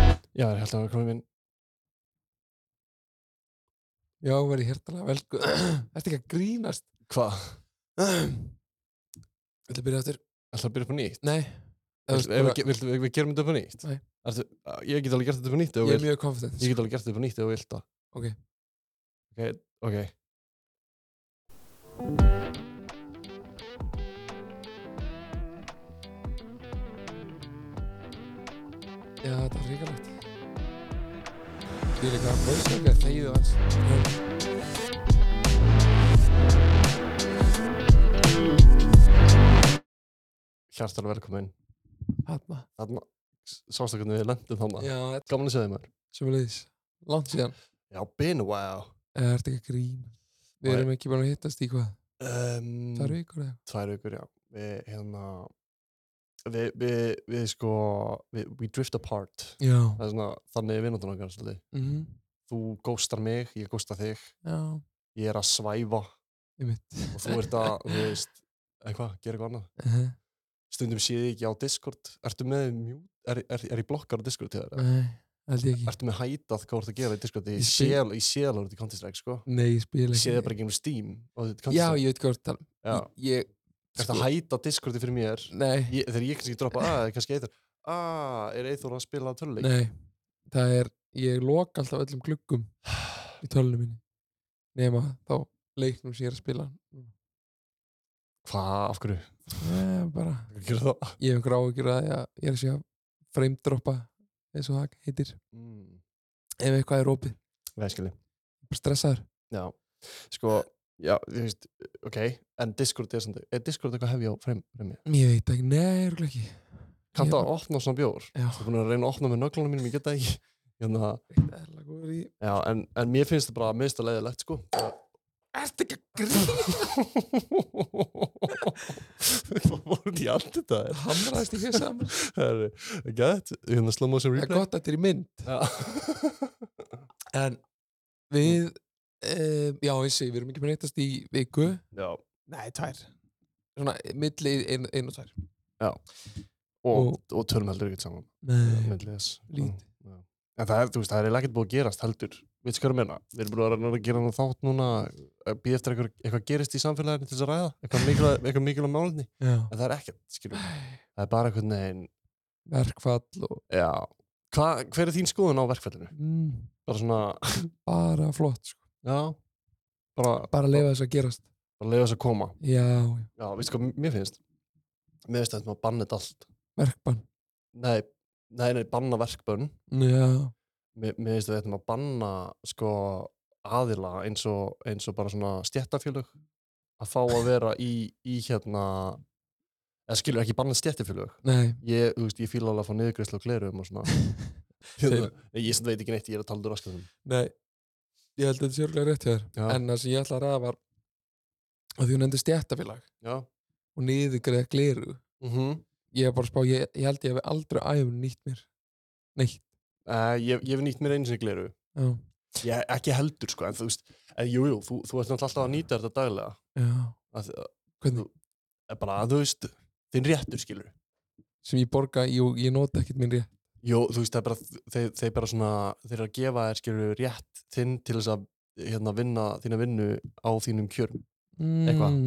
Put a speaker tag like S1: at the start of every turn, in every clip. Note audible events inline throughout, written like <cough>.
S1: held að það var komið minn Já, verði hjertalega velku sko, <clears throat> Ertu ekki að grínast?
S2: Hvað?
S1: Þetta byrja aftur
S2: Ætlaðu að byrja upp á nýtt?
S1: Nei
S2: Ef
S1: Eða,
S2: við,
S1: bara,
S2: við, við, við gerum þetta upp á nýtt?
S1: Nei.
S2: Ertu, ég get alveg gert þetta upp á nýtt ef þú
S1: Ég er
S2: vilt.
S1: mjög confident
S2: Ég get alveg gert þetta upp á nýtt ef þú vilt það.
S1: Ok.
S2: Ok, ok.
S1: Já, þetta er ríkalegt Ég er eitthvað að bauðsa ekki að þegið hans Já.
S2: Hjartalega velkomin.
S1: Hanna
S2: Þarna, sástu hvernig við lendum þarna.
S1: Já,
S2: Gaman að segja maður.
S1: sem er leiðis Langt síðan
S2: Já, been a while.
S1: Eða ertu ekki að grína Við
S2: Nei.
S1: erum ekki bara að hittast í hvað
S2: Um,
S1: Það eru ykkur eða
S2: Tvær vikur, já. Við, hérna, við, við, við sko, við, we drift apart.
S1: Já
S2: Það er svona, þannig er vinnandun okkar svolítið.
S1: mm
S2: Þú góstar mig, ég gósta þig,
S1: Já,
S2: ég er að svæfa og
S1: ég mitt
S2: þú ert
S1: <laughs>
S2: að, þú veist, eitthvað, gera eitthvað annað. stundum sé ég ekki á Discord ertu með mjú, er, er, er ég blokkar á Discord til þér?
S1: Nei, held ég ekki
S2: ertu með hætað hvað voru að gera í Discord
S1: Mm. Ég
S2: ég
S1: spil-
S2: sé alveg- ég sé alveg út í Counter-Strike sko
S1: Nei, ég spila
S2: ég
S1: ekki
S2: sé það bara ekki um Steam og þetta
S1: Já,
S2: Counter-Strike
S1: ég veit hvað þú ert að tala um.
S2: Já.
S1: Ég sko,
S2: ertu að hæta Discordi fyrir mér
S1: Nei,
S2: ég, þegar ég kannski droppa að kannski eitthvað að er eitthvað að spila töluleik <sighs>
S1: nei Það er, ég loka alltaf öllum gluggum í tölunum minni nema þá leiknum sem ég er að spila
S2: hvað af hverju
S1: Nei, Eh, bara,
S2: Hvað gerir það?
S1: ég hef einhver áhugjur að ég, ég er að sé að framedroppa eins og það heitir
S2: Mm.
S1: ef eitthvað er opið,
S2: Nei, skilji.
S1: bara stressaður
S2: Já. sko já, þú veist ok en Discord er samt er Discord eitthvað hefja á frem, fremja
S1: Ég veit ekki, nei, örugglega ekki
S2: kanntu
S1: Ég-
S2: að opna svona bjór
S1: Já,
S2: ég er búin að reyna að opna með nöglunum mínum ég geta það ekki <laughs> hérna
S1: þetta er alveg góður í
S2: Já, en, en mér finnst það bara mista leiðilegt,
S1: <laughs>
S2: sko.
S1: Ertu ekki að grína?
S2: Hvað voru því allt þetta? er?
S1: Hamraðist ekki saman
S2: Það er gætt, hérna slow motion
S1: Það er
S2: replay.
S1: gott að þetta er í mynd
S2: Já, <laughs>
S1: En við, um, já ég sé, við erum ekki með neittast í viku
S2: Já.
S1: Nei, tvær Svona, milli ein, ein og tvær
S2: Og,
S1: Og-
S2: og tölum heldur ekkert saman.
S1: Nei,
S2: milli þess.
S1: lítið.
S2: Já. Já. En það er, þú veist, það er eiginlega ekkert búið að gerast heldur. Við skoðum hérna, við erum búin að reyna að gera hann þátt núna, býð eftir eitthvað, eitthvað gerist í samfélaginu til þess að ræða, eitthvað mikilvæg, eitthvað mikilvæg málni.
S1: já
S2: En það er ekkert, skiljum. Það er bara einhvern veginn,
S1: Verkfall og
S2: já. Hva, hver er þín skoðun á verkfællinu?
S1: mm,
S2: Bara svona,
S1: bara flott sko.
S2: Já, bara,
S1: Bara leifa þess að gerast
S2: bara leiða þess að koma.
S1: Já, já,
S2: Já, veistu hvað mér finnst? Mér finnst að þetta maður banna þetta allt.
S1: verkbann
S2: Nei, nei, nei, banna verkbönn.
S1: Já,
S2: Mér, mér finnst að þetta maður banna sko aðila eins og, eins og bara svona stjættafélög að fá að vera í, í hérna eða skilur ekki banna stjættafélög.
S1: nei
S2: Ég, þú veist, ég fíla alveg að fá niðurgreyslu á glerum <laughs> og svona. Hérna, nei, ég sem veit ekki neitt, ég er að tala um raskatum.
S1: Nei, ég held að þetta sé örglega rétt hjá þér
S2: Já.
S1: En það sem ég ætla að ræða var að því hún endur stjættafélag
S2: Já.
S1: og niðurgreða gleru
S2: Mm
S1: Ég er bara að spá, ég, ég held ég hef aldrei æfum nýtt mér Neitt,
S2: Eh, ég, ég hef nýtt mér einu sinni gleru.
S1: já,
S2: Ég, ekki heldur sko, en þú veist, en jú, jú, þú, þú ert náttúrulega alltaf að nýta þetta daglega.
S1: já
S2: Að, að,
S1: Hvernig,
S2: bara að þú veist, þinn réttur skilur.
S1: sem ég borga, jú, ég nota ekkert minn rétt
S2: Jú, þú veist, það er bara, þeir, þeir bara svona, þeir eru að gefa þér skilur rétt þinn til þess að hérna vinna þína vinnu á þínum kjörum. Eitthvað.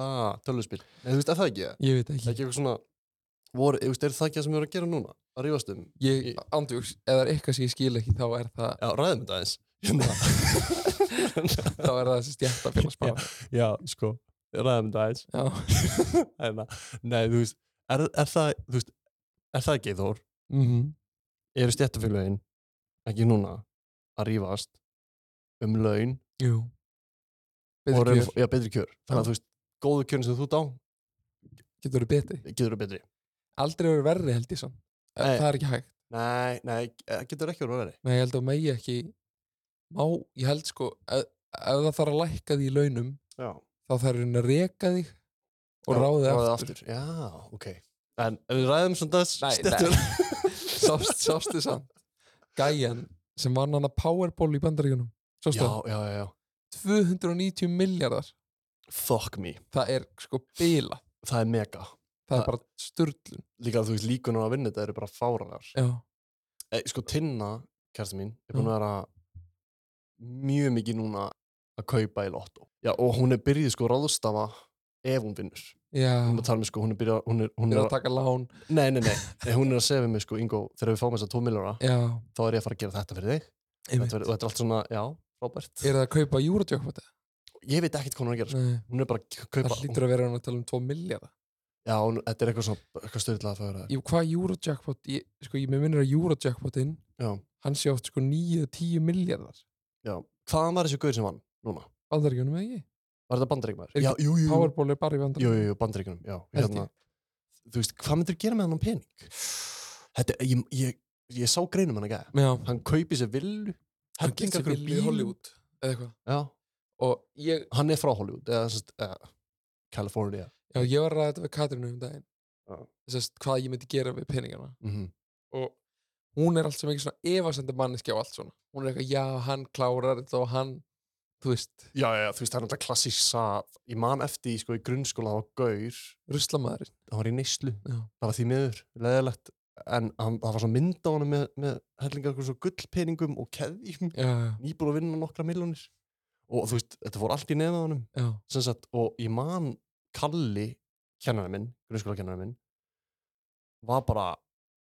S2: Ah, tölvuspil. En þú veist, er það ekki það?
S1: Mm. Ég veit
S2: Er
S1: ekki
S2: Ekki eitthvað svona, voru, þú veist, er það ekki það sem við erum að gera núna? Að rífast um?
S1: Ég, andjóks, ef það er eitthvað sem ég skil ekki þá er það,
S2: Já, ræðum þetta aðeins. Hérna.
S1: þá er það þessi stjættafélagsbá
S2: <laughs> Já, sko, ræðum þetta aðeins. <laughs>
S1: Já,
S2: Hérna. Nei, þú veist, er, er það, þú veist, er það ekki Þór?
S1: mhm
S2: eru stjættafélagin ekki núna að rífast um laun
S1: Jú
S2: og
S1: Betri
S2: reyna
S1: kjör,
S2: já, betri kjör þannig að þú veist, góðu kjörn sem þú ert á
S1: getur verið betri
S2: getur þú betri
S1: Aldrei verið verri held ég sann
S2: Nei.
S1: Það er ekki hægt
S2: nei, nei, eh, getur ekki verið verið
S1: Nei, ég held að megi ekki Má, ég held sko ef, ef það þarf að lækka því í launum
S2: já,
S1: þá þarf hún að reka þig og ráði aftur, aftur.
S2: já, ok en ef við ræðum svona
S1: Nei, Sást, <laughs> Sástu samt Gæjan sem vann hann að Powerball í bandaríkunum Sástu
S2: já,
S1: hann?
S2: já, já, já
S1: 290 miljardar
S2: fuck me,
S1: Það er sko bila
S2: það er mega
S1: Það
S2: Það-
S1: er bara sturlun
S2: líka þú veist líkunar að vinna þetta eru bara fáranar
S1: Já,
S2: e, sko Tinna kærasta mín er
S1: Mm.
S2: búin að vera mjög mikið núna að kaupa í lottó já, og hún er byrjuð sko að ráðstafa ef hún vinnur
S1: já,
S2: hún er að tala með sko, hún er byrjuð að- hún er, hún
S1: hún
S2: er,
S1: er að taka lán
S2: að nei, nei, nei, Nei, hún er að segja við mig sko, Ingo, þegar við fáum þess að 2 miljóra
S1: já,
S2: þá er ég að fara að gera þetta fyrir þig
S1: einmitt.
S2: þetta verið, og þetta er allt svona, já, frábært
S1: er það að kaupa júratjók þetta?
S2: ég veit ekkert hvað hún er að gera sko.
S1: Nei,
S2: hún er bara að k- kaupa
S1: það hlýtur að vera hann að tala um 2 miljardar
S2: já, hún, þetta er eitthvað svona, eitthvað styrlað að fara
S1: Jú, hvað Eurojackpot, ég, sko, ég með minnir að Eurojackpotin,
S2: já,
S1: hann sé oft sko 9-10 miljardar
S2: já, hvaðan var þessi gauður sem vann núna?
S1: Bandaríkjunum eða ekki?
S2: Var þetta bandaríkmaður?
S1: Er
S2: Já, jú, jú, jú,
S1: Powerball er bara
S2: jú,
S1: í
S2: jú,
S1: bandaríkjunum
S2: jú bandaríkunum, já.
S1: Held
S2: Hérna, þú veist, hvað myndir gera með hann pening? Þetta, ég, ég, ég sá greinum hann að gæða.
S1: Já,
S2: Hann kaupi sér villu,
S1: hann
S2: hellinga
S1: getur
S2: einhverjum
S1: vilja í
S2: bílum.
S1: Hollywood eða eitthvað
S2: Já,
S1: og ég,
S2: hann er frá Hollywood, eða sest, uh, California.
S1: já, ég var að ræða þetta við Katrinu um daginn
S2: Já.
S1: þess að hvað ég myndi gera við peningana
S2: Mm
S1: og hún er alltaf mikið svona efasendur manneski á allt svona hún er eitthvað, já, hann klárar þetta og hann þú veist,
S2: Já, já, þú veist, það er alltaf klassísa, ég man eftir, í, sko, í grunnskóla á Gaur,
S1: ruslamaðurinn
S2: hann var í neyslu,
S1: Já.
S2: það var því miður, leðilegt, en hann, það var svona mynd á hann með, með hellinga eitthvað svo gullpeningum og keðjum,
S1: Já, já,
S2: nýbúin að vinna nokkra miljónir. Og þú veist, þetta fór allt í nefða honum.
S1: já,
S2: sem sagt, og ég man Kalli, kennarinn minn, grunnskóla kennarinn minn, var bara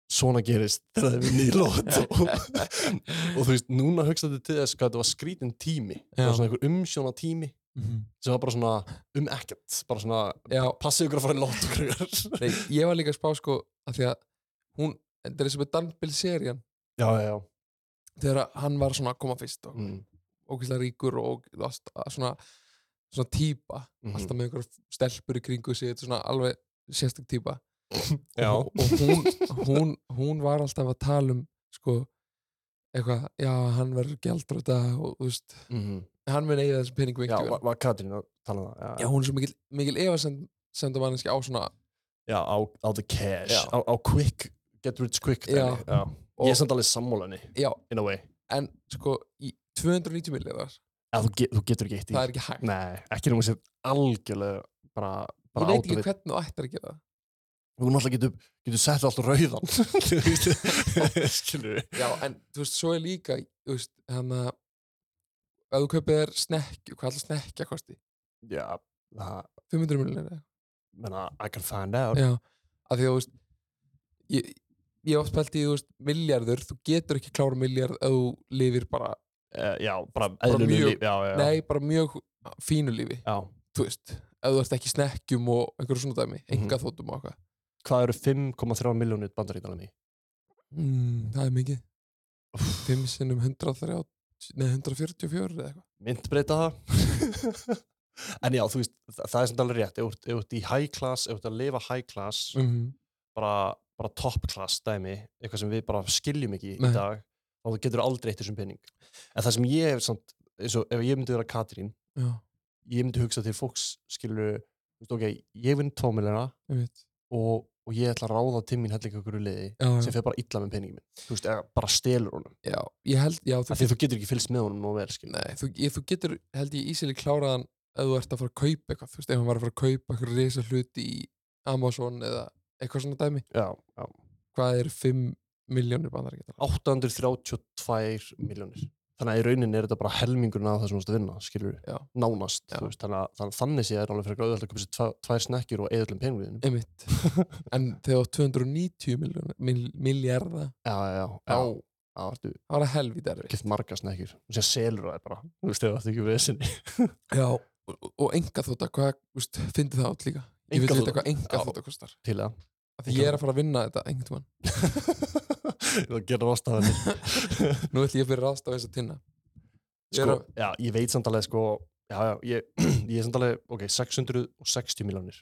S2: svona gerist þegar það er minni í lót <laughs> og, og þú veist, núna hugsaðu til þess hvað þetta var skrítin tími, það
S1: Já.
S2: var svona einhver umsjóna tími
S1: Mhm.
S2: sem var bara svona um ekkert, bara svona
S1: já
S2: passið ykkur að fara í lót og ykkur.
S1: Nei, ég var líka að spá sko að því að hún, þetta er eins og með Dan Bilzerian
S2: Já, já, já.
S1: þegar að hann var svona að koma fyrst og
S2: Mm,
S1: ókvæslega ríkur og ógeð- allt- svona, svona típa
S2: mhm.
S1: alltaf með einhverjum stelpur í kringu sig þetta er svona alveg sérstök típa
S2: Já.
S1: og, og hún, hún, hún var alltaf að tala um sko eitthvað, já hann verður gjaldur þetta og þú veist,
S2: Mhm.
S1: hann mun eigið þessum peningum
S2: Já,
S1: einhverjum
S2: var, var Katrín að tala um það?
S1: já, hún er svo mikil, mikil efasendur manneski á svona
S2: Já, á, á the cash,
S1: Já.
S2: á, á quick, get rich quick.
S1: Já.
S2: dæmi, já. Ég er samt alveg sammálaðinni,
S1: já,
S2: in a way.
S1: en sko í 290 miljardar,
S2: að þú, get, þú getur ekki eitt í
S1: það er ekki hægt
S2: Nei, ekki nema sér algjörlega bara, bara
S1: ég veit ekki
S2: átavit.
S1: hvernig þú ættir að gera það
S2: Þú náttúrulega getur, getur sett allt á <laughs> rauðan. Þú veist, Skilur við?
S1: já, en þú veist, svo er líka þú veist, þannig að ef þú kaupið þér snekju, hvað ætla snekja kosti
S2: Já, það,
S1: 500 miljonir,
S2: menna, I can find out.
S1: já af því að þú veist ég, ég hef oft pælt í, þú veist, miljardur þú getur ekki klára miljard ef þú lifir bara,
S2: Já, Eh, já bara
S1: Bara
S2: eðlunum
S1: mjög-
S2: líf. Já, já, já.
S1: nei, bara mjög fínu lífi,
S2: Já.
S1: þú veist ef þú ert ekki í snekkjum og einhverjum svona dæmi enga þóttum og eitthvað
S2: Hvað eru 5,3 miljónir bandarítanum í?
S1: mm, það er mikið 5 sinnum 130 nei, 144 eða eitthvað
S2: Myndbreyta það? <laughs> en já, þú veist, það, það er samt alveg rétt. Ef þú ert- ef þú ert í high class, ef þú ert að lifa high class,
S1: mm
S2: bara, bara top class dæmi, eitthvað sem við bara skiljum ekki
S1: Nei.
S2: í dag og þú getur aldrei eitt þessum pening. En það sem ég hef samt, eins og ef ég myndi vera Katrín,
S1: já,
S2: ég myndi hugsa til fólks skilur, þú veist, ok, ég vinn tómilina
S1: ég veit
S2: og, og ég ætla að ráða til mín hellinga ykkur liði
S1: já, já.
S2: sem fer bara illa með peningin minn, þú veist, eða bara stelur honum.
S1: Já, ég held, já, þú,
S2: Af því þú getur ekki fylgst með honum nú vel, skilur.
S1: nei, þú, ég, þú getur, held ég ísili kláraðan ef þú ert að fara að kaupa eitthvað, þú veist, ef hann var að fara að kaupa eitthvað risa hluti í Amazon eða eitthvað svona dæmi,
S2: Já, já.
S1: hvað er 5 miljónir bandar ekki
S2: 832 miljónir. Þannig að í rauninni er þetta bara helmingurinn af það sem þú ert að vinna, skilur
S1: Já.
S2: nánast,
S1: Já.
S2: þú veist, þannig að- þannig að þannig sé er alveg fyrir auðvitað að koma sér tva- tvær snekkjur og um eðallum peningviðinu.
S1: Einmitt,
S2: <laughs>
S1: en þegar þú átt 290 miljónir, mil, miljarda,
S2: Já, já, já.
S1: þá
S2: Já, já, ertu
S1: það var að helvita erfið.
S2: gett marga snekkjur. Þú sé selur það bara, þú veist, þegar það ekki við sinni.
S1: Já, og, og enga þóta, hvað, þú veist, fyndi það átt líka. Ég vil
S2: Einkaþota?
S1: vita hvað enga
S2: Já. <laughs>
S1: þóta kostar.
S2: Til það.
S1: Af Því ég er að fara að vinna þetta einhvern tímann.
S2: Það getur ástafan.
S1: Nú ætlum ég að fyrir ráðstaf eins og tinna. Ég er
S2: Sko,
S1: að,
S2: já, ég veit samt alveg, sko, já, já, ég, <clears throat> ég er samt alveg, ok, 660 miljónir.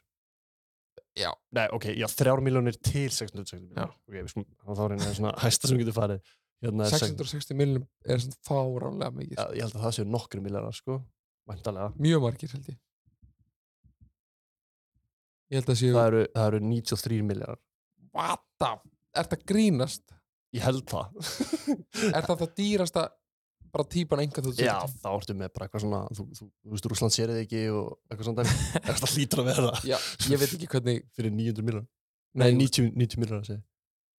S1: Já.
S2: Nei, ok, já, 3 miljónir til 660
S1: Já.
S2: miljónir. Ok, við skum, þá er hérna svona hæsta sem getur farið. Hérna, er sex-
S1: 660 miljónir er svona fáránlega mikið.
S2: Já, ég held að það séu nokkru miljónar, sko, væntalega.
S1: Mjög margir held ég Ég held að séu
S2: Það eru, það eru 93 miljónar.
S1: What the Er það grínast?
S2: Ég held það.
S1: Er það það dýrasta bara típan enga þú
S2: <laughs> Já, þá ertu með bara eitthvað svona, þú, þú, þú veist, Rússland sér þig ekki og eitthvað
S1: <laughs>
S2: svona dæmi. Eitthvað hlýtur að vera
S1: Já, ég veit ekki hvernig
S2: fyrir 900 miljónar. Nei,
S1: Nei,
S2: 90, 90 miljónar að segja.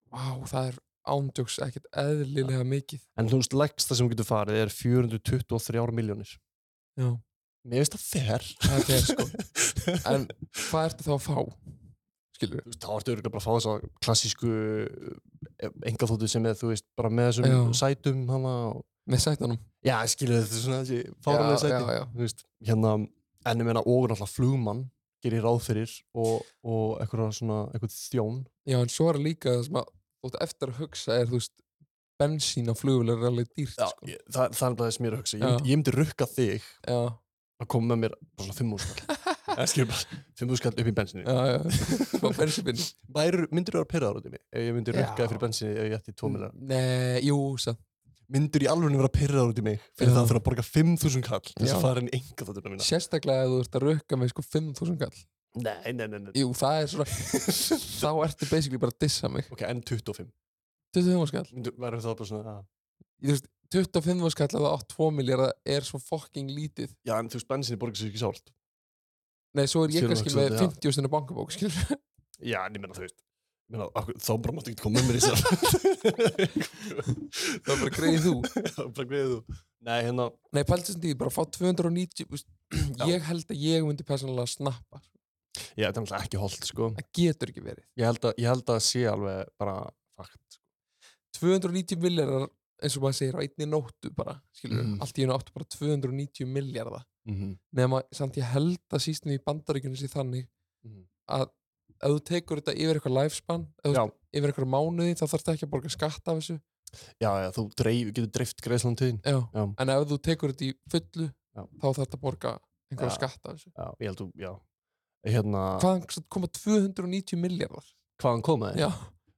S1: Vá, það er ándjóks ekkert eðlilega mikið
S2: en þú veist, leggst það sem þú getur farið er 423 miljónir
S1: já,
S2: mér finnst það fer
S1: það er
S2: <laughs>
S1: þeir sko en hvað ertu þá að fá? skilur
S2: þú veist, þá ertu örgulega bara að fá þess að klassísku engaþóttu sem er, þú veist, bara með þessum
S1: Já.
S2: sætum hana og
S1: með sætanum
S2: já, skilur þetta er svona þessi fáranlega
S1: já,
S2: sæti
S1: já, já.
S2: þú veist, hérna, en ég meina og náttúrulega flugmann gerir ráð fyrir og, og eitthvað svona, eitthvað þjón
S1: já, en svo er líka það sem að þú átt eftir að hugsa er þú veist bensín á flugvölu er alveg dýrt
S2: já,
S1: sko.
S2: ég, það, það er bara þess mér að hugsa ég
S1: Já.
S2: myndi, ég myndi rukka þig
S1: já,
S2: að koma með mér bara svona 5 <laughs> skall ég skilur bara 5 skall upp í bensinni
S1: já, já á bensinbinn
S2: Væru, myndir þú að pyrra það út í mig ef ég myndi
S1: Já.
S2: rukka þig fyrir bensinni ef ég ætti 2 miljar
S1: Nei, jú, samt
S2: myndur í alveg vera pyrraður út í mig fyrir
S1: Já.
S2: það að þurfa að borga 5.000 kall til þess
S1: Já.
S2: að fara inn enga þátturna mína
S1: sérstaklega ef þú ert að rökka með sko 5.000 kall
S2: Nei, nei, nei, nei
S1: jú, það er svona, þá ertu basically bara að dissa mig
S2: <laughs> Ok, en 25
S1: 25.000 kall
S2: Myndu, Væru það bara svona ah, að-
S1: Ég, þú veist, 25.000 kall eða 8-2 miljard er svo fucking lítið
S2: Já, en þú veist, bensinni borgar sér ekki sált
S1: nei, svo er ég
S2: Skilur
S1: kannski
S2: þú,
S1: með
S2: já.
S1: 50 sinni bankabók skilur
S2: Já, en ég meina, þú veist ég meina, af hverju- Þá bara máttu ekki koma með mér í sér <laughs> Það
S1: bara greiðir þú.
S2: Það er bara greiði þú Nei, hérna
S1: Nei, pælti þessum tíð, bara fá 290 úst, Ég held að ég myndi persónulega snappa sko.
S2: Já, þetta er náttúrulega ekki holdt, sko
S1: Það getur ekki verið
S2: Ég held að, ég held að sé alveg bara fakt sko.
S1: 290 miljardar, eins og maður segir á einni nóttu bara, skilur
S2: Mhm.
S1: Allt í hennu áttu bara 290 miljardar Nefna, samt ég held að sístinni í bandaríkjunni sé þannig
S2: Mhm.
S1: að ef þú tekur þetta yfir eitthvað lifespan ef þú-
S2: Já,
S1: yfir eitthvað mánuði, þá þarfst ekki að borga skatt af þessu
S2: já, já, þú dreif, getur dreift greiðslan tíðin
S1: Já.
S2: Já.
S1: En ef þú tekur þetta í fullu
S2: Já.
S1: þá þarfst að borga einhverja
S2: Já.
S1: skatt af þessu
S2: Já, ég held að, já Hérna,
S1: Hvaðan koma 290 miljardar?
S2: hvaðan komaði?
S1: Já,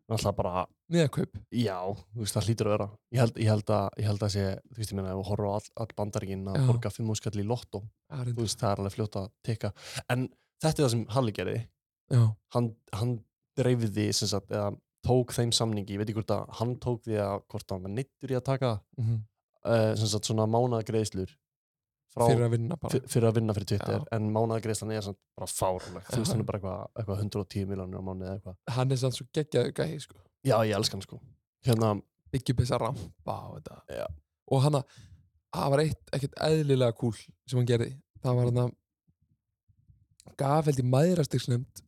S2: Náttúrulega bara
S1: miðakaup
S2: Já, þú veist, það hlýtur að vera. Ég held, ég held, að, ég held að sé, þú veist, ég meina, ef við horfum á all, all bandaríkinn að
S1: Já.
S2: borga fimm áskall í lottó,
S1: Það
S2: þú
S1: er reyndar.
S2: veist, það er alveg fljótt að teka. En þetta er það sem Halli gerði,
S1: Já.
S2: hann, hann dreifði, sem sagt, eða tók þeim samningi, ég veit ekki hvort að hann tók því að, hvort hann var neittur í að taka,
S1: mhm.
S2: uh, sem sagt, svona mánagreiðslur frá,
S1: fyrir að vinna bara
S2: fyr- fyrir að vinna fyrir Twitter,
S1: Já.
S2: en mánagreiðslan er samt bara fárleg, þú veist,
S1: Já.
S2: hann er bara eitthvað, eitthvað 110 miljonir á mánu eða eitthvað.
S1: hann er sann svo geggjaðu gæði sko
S2: Já, ég elska hann, sko. Hérna,
S1: byggjum þess að rampa á þetta
S2: Já.
S1: og hann að það var eitt ekkert eðlilega kúl sem hann gerði það var hann að gaf held í maðurastiksnefnd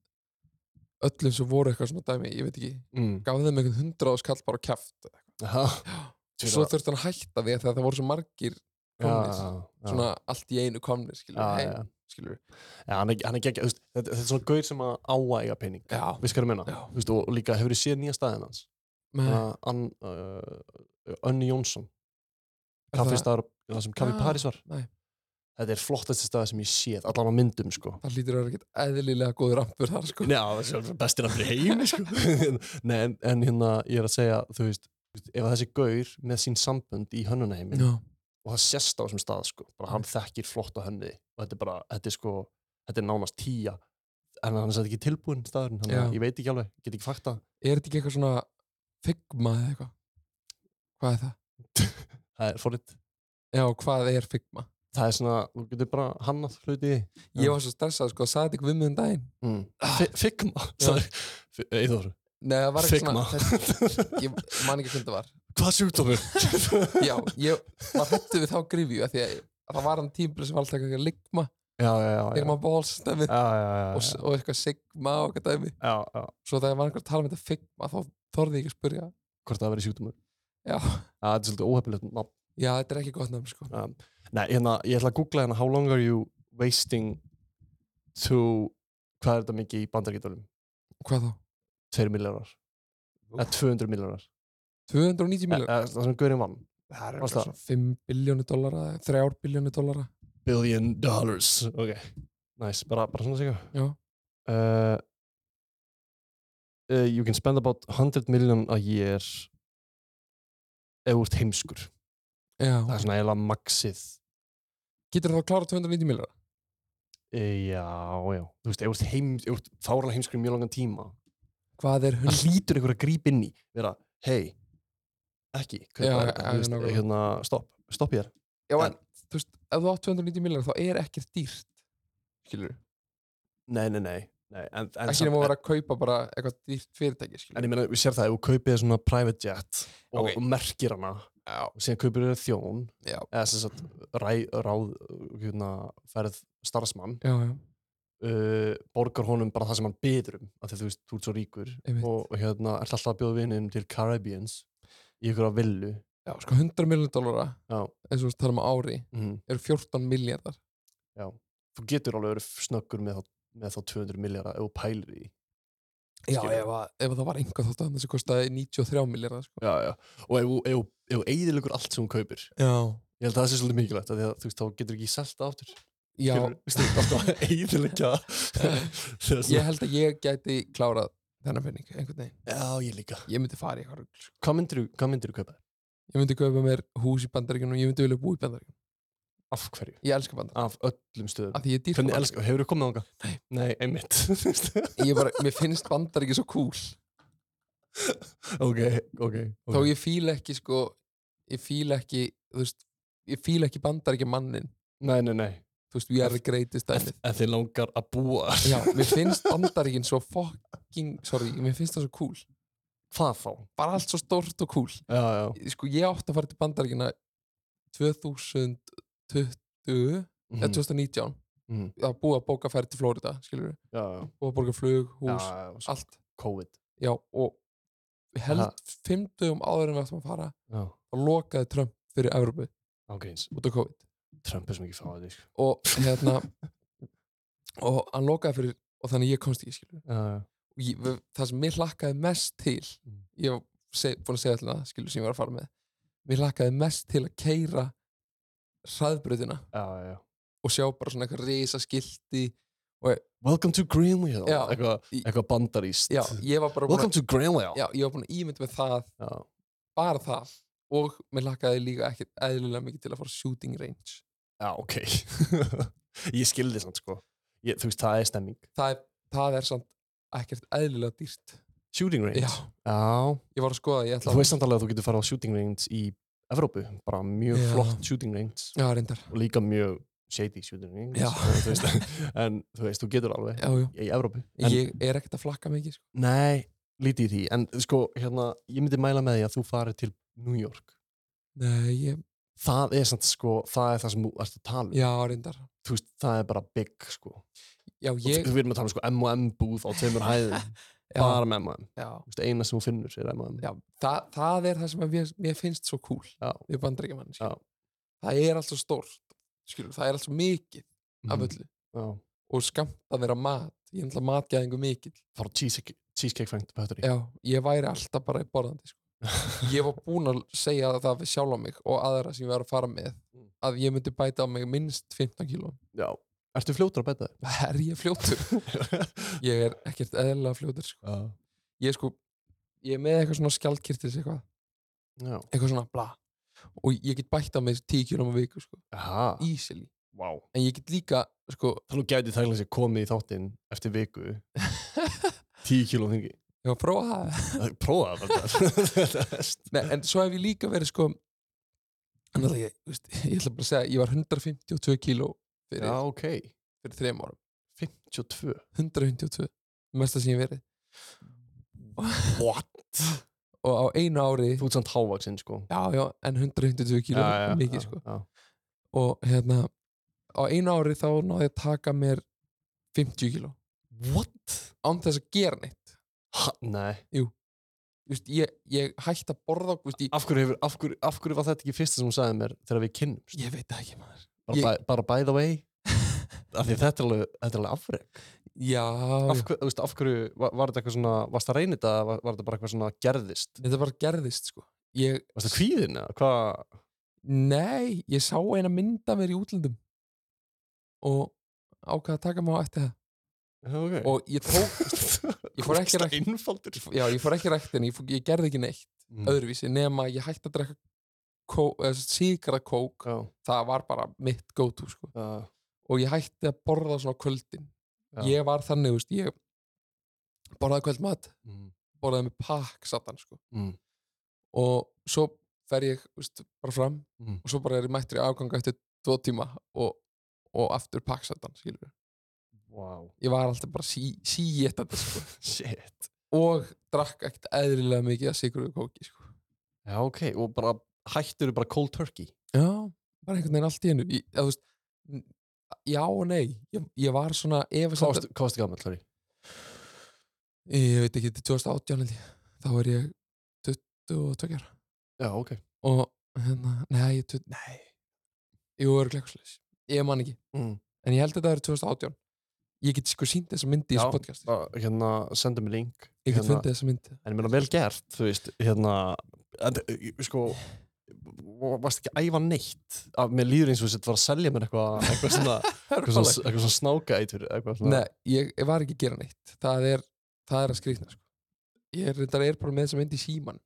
S1: öllum sem voru eitthvað svona dæmi ég veit ekki,
S2: mm.
S1: gaf þeim einhvern hundra áskall bara á kæft
S2: Aha.
S1: og svo þurfti hann að hætta því að það voru svo margir komnir,
S2: já.
S1: svona allt í einu komnir skilur,
S2: Já,
S1: heim,
S2: já.
S1: skilur
S2: Já, hann er, hann er geggjað, þú veist, þetta, þetta er svona gaur sem að á að eiga pening.
S1: Já.
S2: Við skarum minna.
S1: Já.
S2: Þú veist, og, og líka hefur þið séð nýja staðin hans.
S1: með,
S2: Uh, Ann, uh, Önni Jónsson,
S1: er það,
S2: kaffistar, það sem kaffi
S1: Já,
S2: París var.
S1: nei.
S2: Þetta er flottasti stað sem ég séð, allan á myndum, sko.
S1: það hlýtur að vera ekkert eðlilega góður rampur þar sko
S2: Já, það er bestir að fyrir heimi, sko. <laughs> Nei, en, en hérna, ég er að segja, þú veist, þú veist, ef að þessi gaur með sín sambönd í hönnunaheimin
S1: Já.
S2: og það sést á þessum stað, sko, bara hann þekkir flotta hönni og þetta er bara, þetta er sko, þetta er nánast tíja, en hann er satt ekki tilbúinn staðurinn, þannig
S1: Já.
S2: að ég veit ekki alveg, get ekki fakta.
S1: er þetta ekki eitthvað svona figma eða eitthvað hvað er það?
S2: það er forrið
S1: Já, hvað er figma?
S2: það er svona, þú getur bara hannað hluti Já.
S1: Ég var svo stressað sko, sagði þetta ekki við mig um daginn
S2: mm. Figma sagði- Fi- Eyþór, <laughs>
S1: Nei, það var ekki
S2: Figma
S1: svona Ég man ekki hvernig það var
S2: hvað sjúkdómur
S1: Já, ég var hættu við þá grifju af því að að það var hann tímbil sem var alltaf eitthvað ligma
S2: <laughs> já, já, já, já.
S1: Ligma balls dæmi
S2: Já, já, já,
S1: og, s- og eitthvað sigma og eitthvað dæmi
S2: já, já.
S1: Svo þegar var einhver að tala um þetta figma þá þorði ég ekki að spyrja
S2: hvort það verið sjúkdómur
S1: Já.
S2: það er svolítið óhefnilegt nafn.
S1: Já, þetta er ekki gott nefn sko
S2: Um, nei, hérna, ég ætla að googla hérna how long are you wasting to hvað er þetta mikið í bandargítalum
S1: Hvað þá?
S2: 2 milljónar, eða 200 milljónar
S1: 290 miljónir?
S2: það sem Guðurinn vann
S1: Það
S2: varst það?
S1: svona 5 biljónu dollara, 3 biljónu dollara
S2: billion dollars ok, nice, bara, bara svona sigur
S1: Já,
S2: uh, uh, you can spend about 100 million a year ef þú ert heimskur
S1: já
S2: það er svona eiginlega maxið
S1: Getur þá að klára 290 miljónir?
S2: e, já, já, þú veist, ef þú ert, heim, ef þú ert fárlega heimskur í mjög langan tíma
S1: Hvað er
S2: það
S1: 100?
S2: hlýtur einhver að grípa inn í vera, hei, ekki kaupa
S1: Já,
S2: þetta,
S1: já,
S2: þú veist,
S1: nákvæmlega.
S2: hérna, stopp, stopp hér
S1: Já,
S2: En-
S1: en þú veist, ef þú átt 290 miljónir þá er ekkert dýrt skilur
S2: nei, nei, nei, Nei, en, en,
S1: ekki
S2: samt-
S1: nema að vera að kaupa bara eitthvað dýrt fyrirtæki skilur.
S2: en ég meina, við sér það, ef þú kaupir svona private jet og,
S1: Ok.
S2: og merkir hana
S1: Já.
S2: og síðan kaupir þér þjón
S1: Já.
S2: eða sem sagt ræ, ráð hérna, færð starfsmann
S1: já, já,
S2: uh, borgar honum bara það sem hann byður um af því að þú veist, þú ert svo ríkur
S1: Einmitt.
S2: og hérna, ert alltaf að bjóða vininum til Caribbeans í ykkur á villu
S1: já, sko 100 miljonar dólara
S2: Já.
S1: eins og við talum á um ári
S2: mm.
S1: eru 14 miljardar
S2: þú getur alveg verið snöggur með þá, með þá 200 miljara ef þú pælir í því.
S1: já,
S2: Skilur.
S1: ef, að, ef að það var einhver þátt að þessi kostaði 93 miljardar sko.
S2: já, já. og ef þú- ef þú- ef þú eigðilegur allt sem hún kaupir
S1: já,
S2: ég held að það sé svolítið mikilvægt af því að þú veist, þá getur ekki selta áttur
S1: já
S2: <laughs> eigðilega
S1: ég held að ég gæti klárað þennan penning einhvern veginn,
S2: já, ég líka
S1: ég myndi fara í eitthvað rugl, sko.
S2: hvað myndir þú kaupa?
S1: ég myndi kaupa mér hús í bandaríkjunum ég myndi vilja búa í bandaríkjunum,
S2: af hverju?
S1: ég elska bandaríkjunum
S2: af öllum stöðum
S1: af því ég dýrka
S2: Ah. Hvernig
S1: bandaríkjunum,
S2: elskar, hefur þú komið ánga? Nei. Nei, einmitt. <laughs>
S1: ég bara, mér finnst bandaríkjun svo cool
S2: ok, ok.
S1: þá ég fíla ekki sko ég fíla ekki, þú veist ég fíla ekki bandaríkja mannin
S2: Nei, nei, nei.
S1: þú veist, we are the greatest
S2: En,
S1: dæmið
S2: en þið langar að búa.
S1: já, mér
S2: <laughs>
S1: finnst bandaríkin svo fucking sorry, mér finnst það svo cool
S2: Hvað þá?
S1: bara allt svo stórt og cool
S2: Já, já.
S1: sko, ég átti að fara til bandaríkina 2020 eða 2019
S2: Mhm.
S1: að búa að bóka færi til Flórida skilur við,
S2: Já, já.
S1: búa að bóka flug,
S2: Já,
S1: hús,
S2: já, sko. svo
S1: allt
S2: COVID.
S1: já, og ég held
S2: Ha.
S1: fimm dögum áður en við ættum að fara
S2: Já.
S1: og lokaði Trump fyrir Evrópu
S2: Ángríns.
S1: út af COVID
S2: Trump er sem ekki fáið því, sko.
S1: og hérna og hann lokaði fyrir og þannig ég komst ekki skilur
S2: Já, já.
S1: Og ég, við- það sem mér hlakkaði mest til
S2: Mm.
S1: ég var seg, búin að segja allir það skilur sem ég var að fara með mér hlakkaði mest til að keira hraðbröðina
S2: Já, já.
S1: og sjá bara svona eitthvað risaskilti
S2: Welcome to Greenwheel.
S1: Já.
S2: Eitthvað
S1: Í-
S2: eitthva bandaríst.
S1: já, ég var bara búin
S2: Welcome
S1: að,
S2: to Greenwheel.
S1: já, ég var búin að ímynda með það
S2: Já.
S1: bara það og mér hlakkaði líka ekkert eðlilega mikið til að fara á shooting range
S2: Já, ok. <laughs> ég skildi samt, sko. Ég, þú veist, það er stemming.
S1: það er, það er samt ekkert eðlilega dýrt
S2: Shooting range.
S1: já,
S2: Já,
S1: ég var að skoða ég ætla
S2: Þú
S1: að,
S2: veist samt alveg að þú getur farið á shooting range í Evrópu, bara mjög
S1: Já.
S2: flott shooting range
S1: já, reyndar
S2: og líka mjög shady shooting range
S1: Já.
S2: og, þú veist, <laughs> en þú veist, þú getur alveg
S1: já, já.
S2: í Evrópu en,
S1: ég er ekkert að flakka mikið sko.
S2: Nei, lítið í því, en sko hérna, ég myndi mæla með því að þú farið til New York
S1: nei, ég,
S2: Það er samt sko, það er það sem þú ert að tala um
S1: já, reyndar
S2: Þú veist, það er bara big sko
S1: já,
S2: ég...
S1: ég,
S2: Við erum að tala um sko M&M búð á tveimur hæðum
S1: <laughs> já,
S2: bara með M&M,
S1: já.
S2: þú veist, eina sem þú finnur er M&M
S1: já, það, það er það sem að mér, mér finnst svo cool
S2: Já.
S1: við bandaríkjamann
S2: Já.
S1: það er alltaf stórt skilur, það er alltaf mikið af öllu
S2: Mhm. Já.
S1: og skamt að vera mat ég er alltaf matgæðingu mikill
S2: Fara á Cheesecake, cheesecake Factory
S1: já, ég væri alltaf bara í borðandi <laughs> sko. ég var búinn að segja það við sjálf á mig og aðra sem ég var að fara með
S2: Mm.
S1: að ég myndi bæta á mig minnst 15 kíló <laughs>
S2: Já. Ertu fljótur að betta
S1: það er ég fljótur <laughs> ég er ekkert eðlilega fljótur sko.
S2: Já.
S1: ég er sko ég er með eitthvað svona skjaldkirtis eitthvað
S2: Já.
S1: eitthvað svona bla og ég get bætt á mig 10 kíló á viku sko.
S2: Aha.
S1: easily
S2: Vá.
S1: en ég get líka sko,
S2: Þannig gæti þærlega sér komið í þáttinn eftir viku. <laughs> Tíu kíló þingi.
S1: ég var að prófa það <laughs>
S2: Prófa <laughs> það bara.
S1: Nei, en svo hef ég líka verið sko en það ég, þú veist, <laughs> ég ætla bara að segja ég var 152 kíló fyrir,
S2: Já, ok.
S1: fyrir þrem árum
S2: 52.
S1: 152, mesta sem ég hef verið
S2: What?
S1: og á einu ári
S2: Þú ert samt hávaksinn, sko.
S1: já, já, en 152 kíló er mikið
S2: já,
S1: sko
S2: Já.
S1: og hérna, á einu ári þá náði ég að taka mér 50 kíló
S2: What?
S1: án þess að gera neitt
S2: Ha, nei.
S1: Þú veist, ég, ég hætti að borða þú veist, ég,
S2: Af hverju, hefur, af, hverju, af hverju var þetta ekki fyrsta sem hún sagði mér þegar við kynnumst?
S1: ég veit það ekki maður
S2: Bara,
S1: ég-
S2: by, bara by the way. <laughs> Af því þetta er alveg, þetta er alveg afreg.
S1: já,
S2: Af,
S1: já.
S2: hver, þú veist, af hverju, var, var þetta eitthvað svona, varst það reynið að, var, var þetta bara eitthvað svona gerðist?
S1: þetta bara gerðist sko ég,
S2: Varst það kvíðin eða hvað?
S1: Nei, ég sá eina mynda mér í útlöndum og ákvað að taka mig á eftir það
S2: Okay. <laughs>
S1: og ég tók, ég fór ekki rækt
S2: Einfaldur
S1: já, ég fór ekki rækt en ég, fór, ég gerði ekki neitt
S2: Mm.
S1: öðruvísi nema ég hætti að drekka kó, eða sem sagt síkra kók
S2: Já,
S1: það var bara mitt go to sko.
S2: já,
S1: og ég hætti að borða svona á kvöldin
S2: já.
S1: ég var þannig, þú veist, ég borðaði kvöldmat,
S2: Mm,
S1: borðaði með pakk satan, sko,
S2: mm,
S1: og svo fer ég, þú veist, bara fram
S2: mm.
S1: og svo bara er ég mættur í afganga eftir tvo tíma og, og aftur pakksættan, skilur
S2: wow.
S1: ég var alltaf bara sí, síéttandi sko.
S2: shit
S1: og drakk ekkert eðlilega mikið að sigur og kóki sko.
S2: já ok, og bara hættur bara cold turkey
S1: já, bara einhvern veginn allt í hennu ég, eða, þú veist, n- já og nei ég, ég var svona
S2: hvað
S1: efasamt-
S2: varstu- hvað varstu gammal, sorry
S1: ég veit ekki, til 2018 held ég. þá er ég 22 ára
S2: já ok,
S1: og hérna, nei, ég, tut- nei jú, örglega eitthvað svoleiðis. ég man ekki,
S2: mm.
S1: en ég held að það er 2018 ég get sko sínt þessa myndi í
S2: Já,
S1: þessu podcast
S2: bara, hérna sendu mig link
S1: ég get
S2: hérna,
S1: fundið þessa myndi
S2: en ég meina vel gert, þú veist hérna, en, eh, sko varst ekki að æfa neitt að mér líður eins og þetta var að selja mér eitthvað eitthvað svona, eitthvað svona, eitthvað svona snáka eitur eitthvað svona
S1: Nei, ég, ég var ekki að gera neitt það er, það er að skrýtna sko. ég er, reyndar er bara með þessa mynd í síman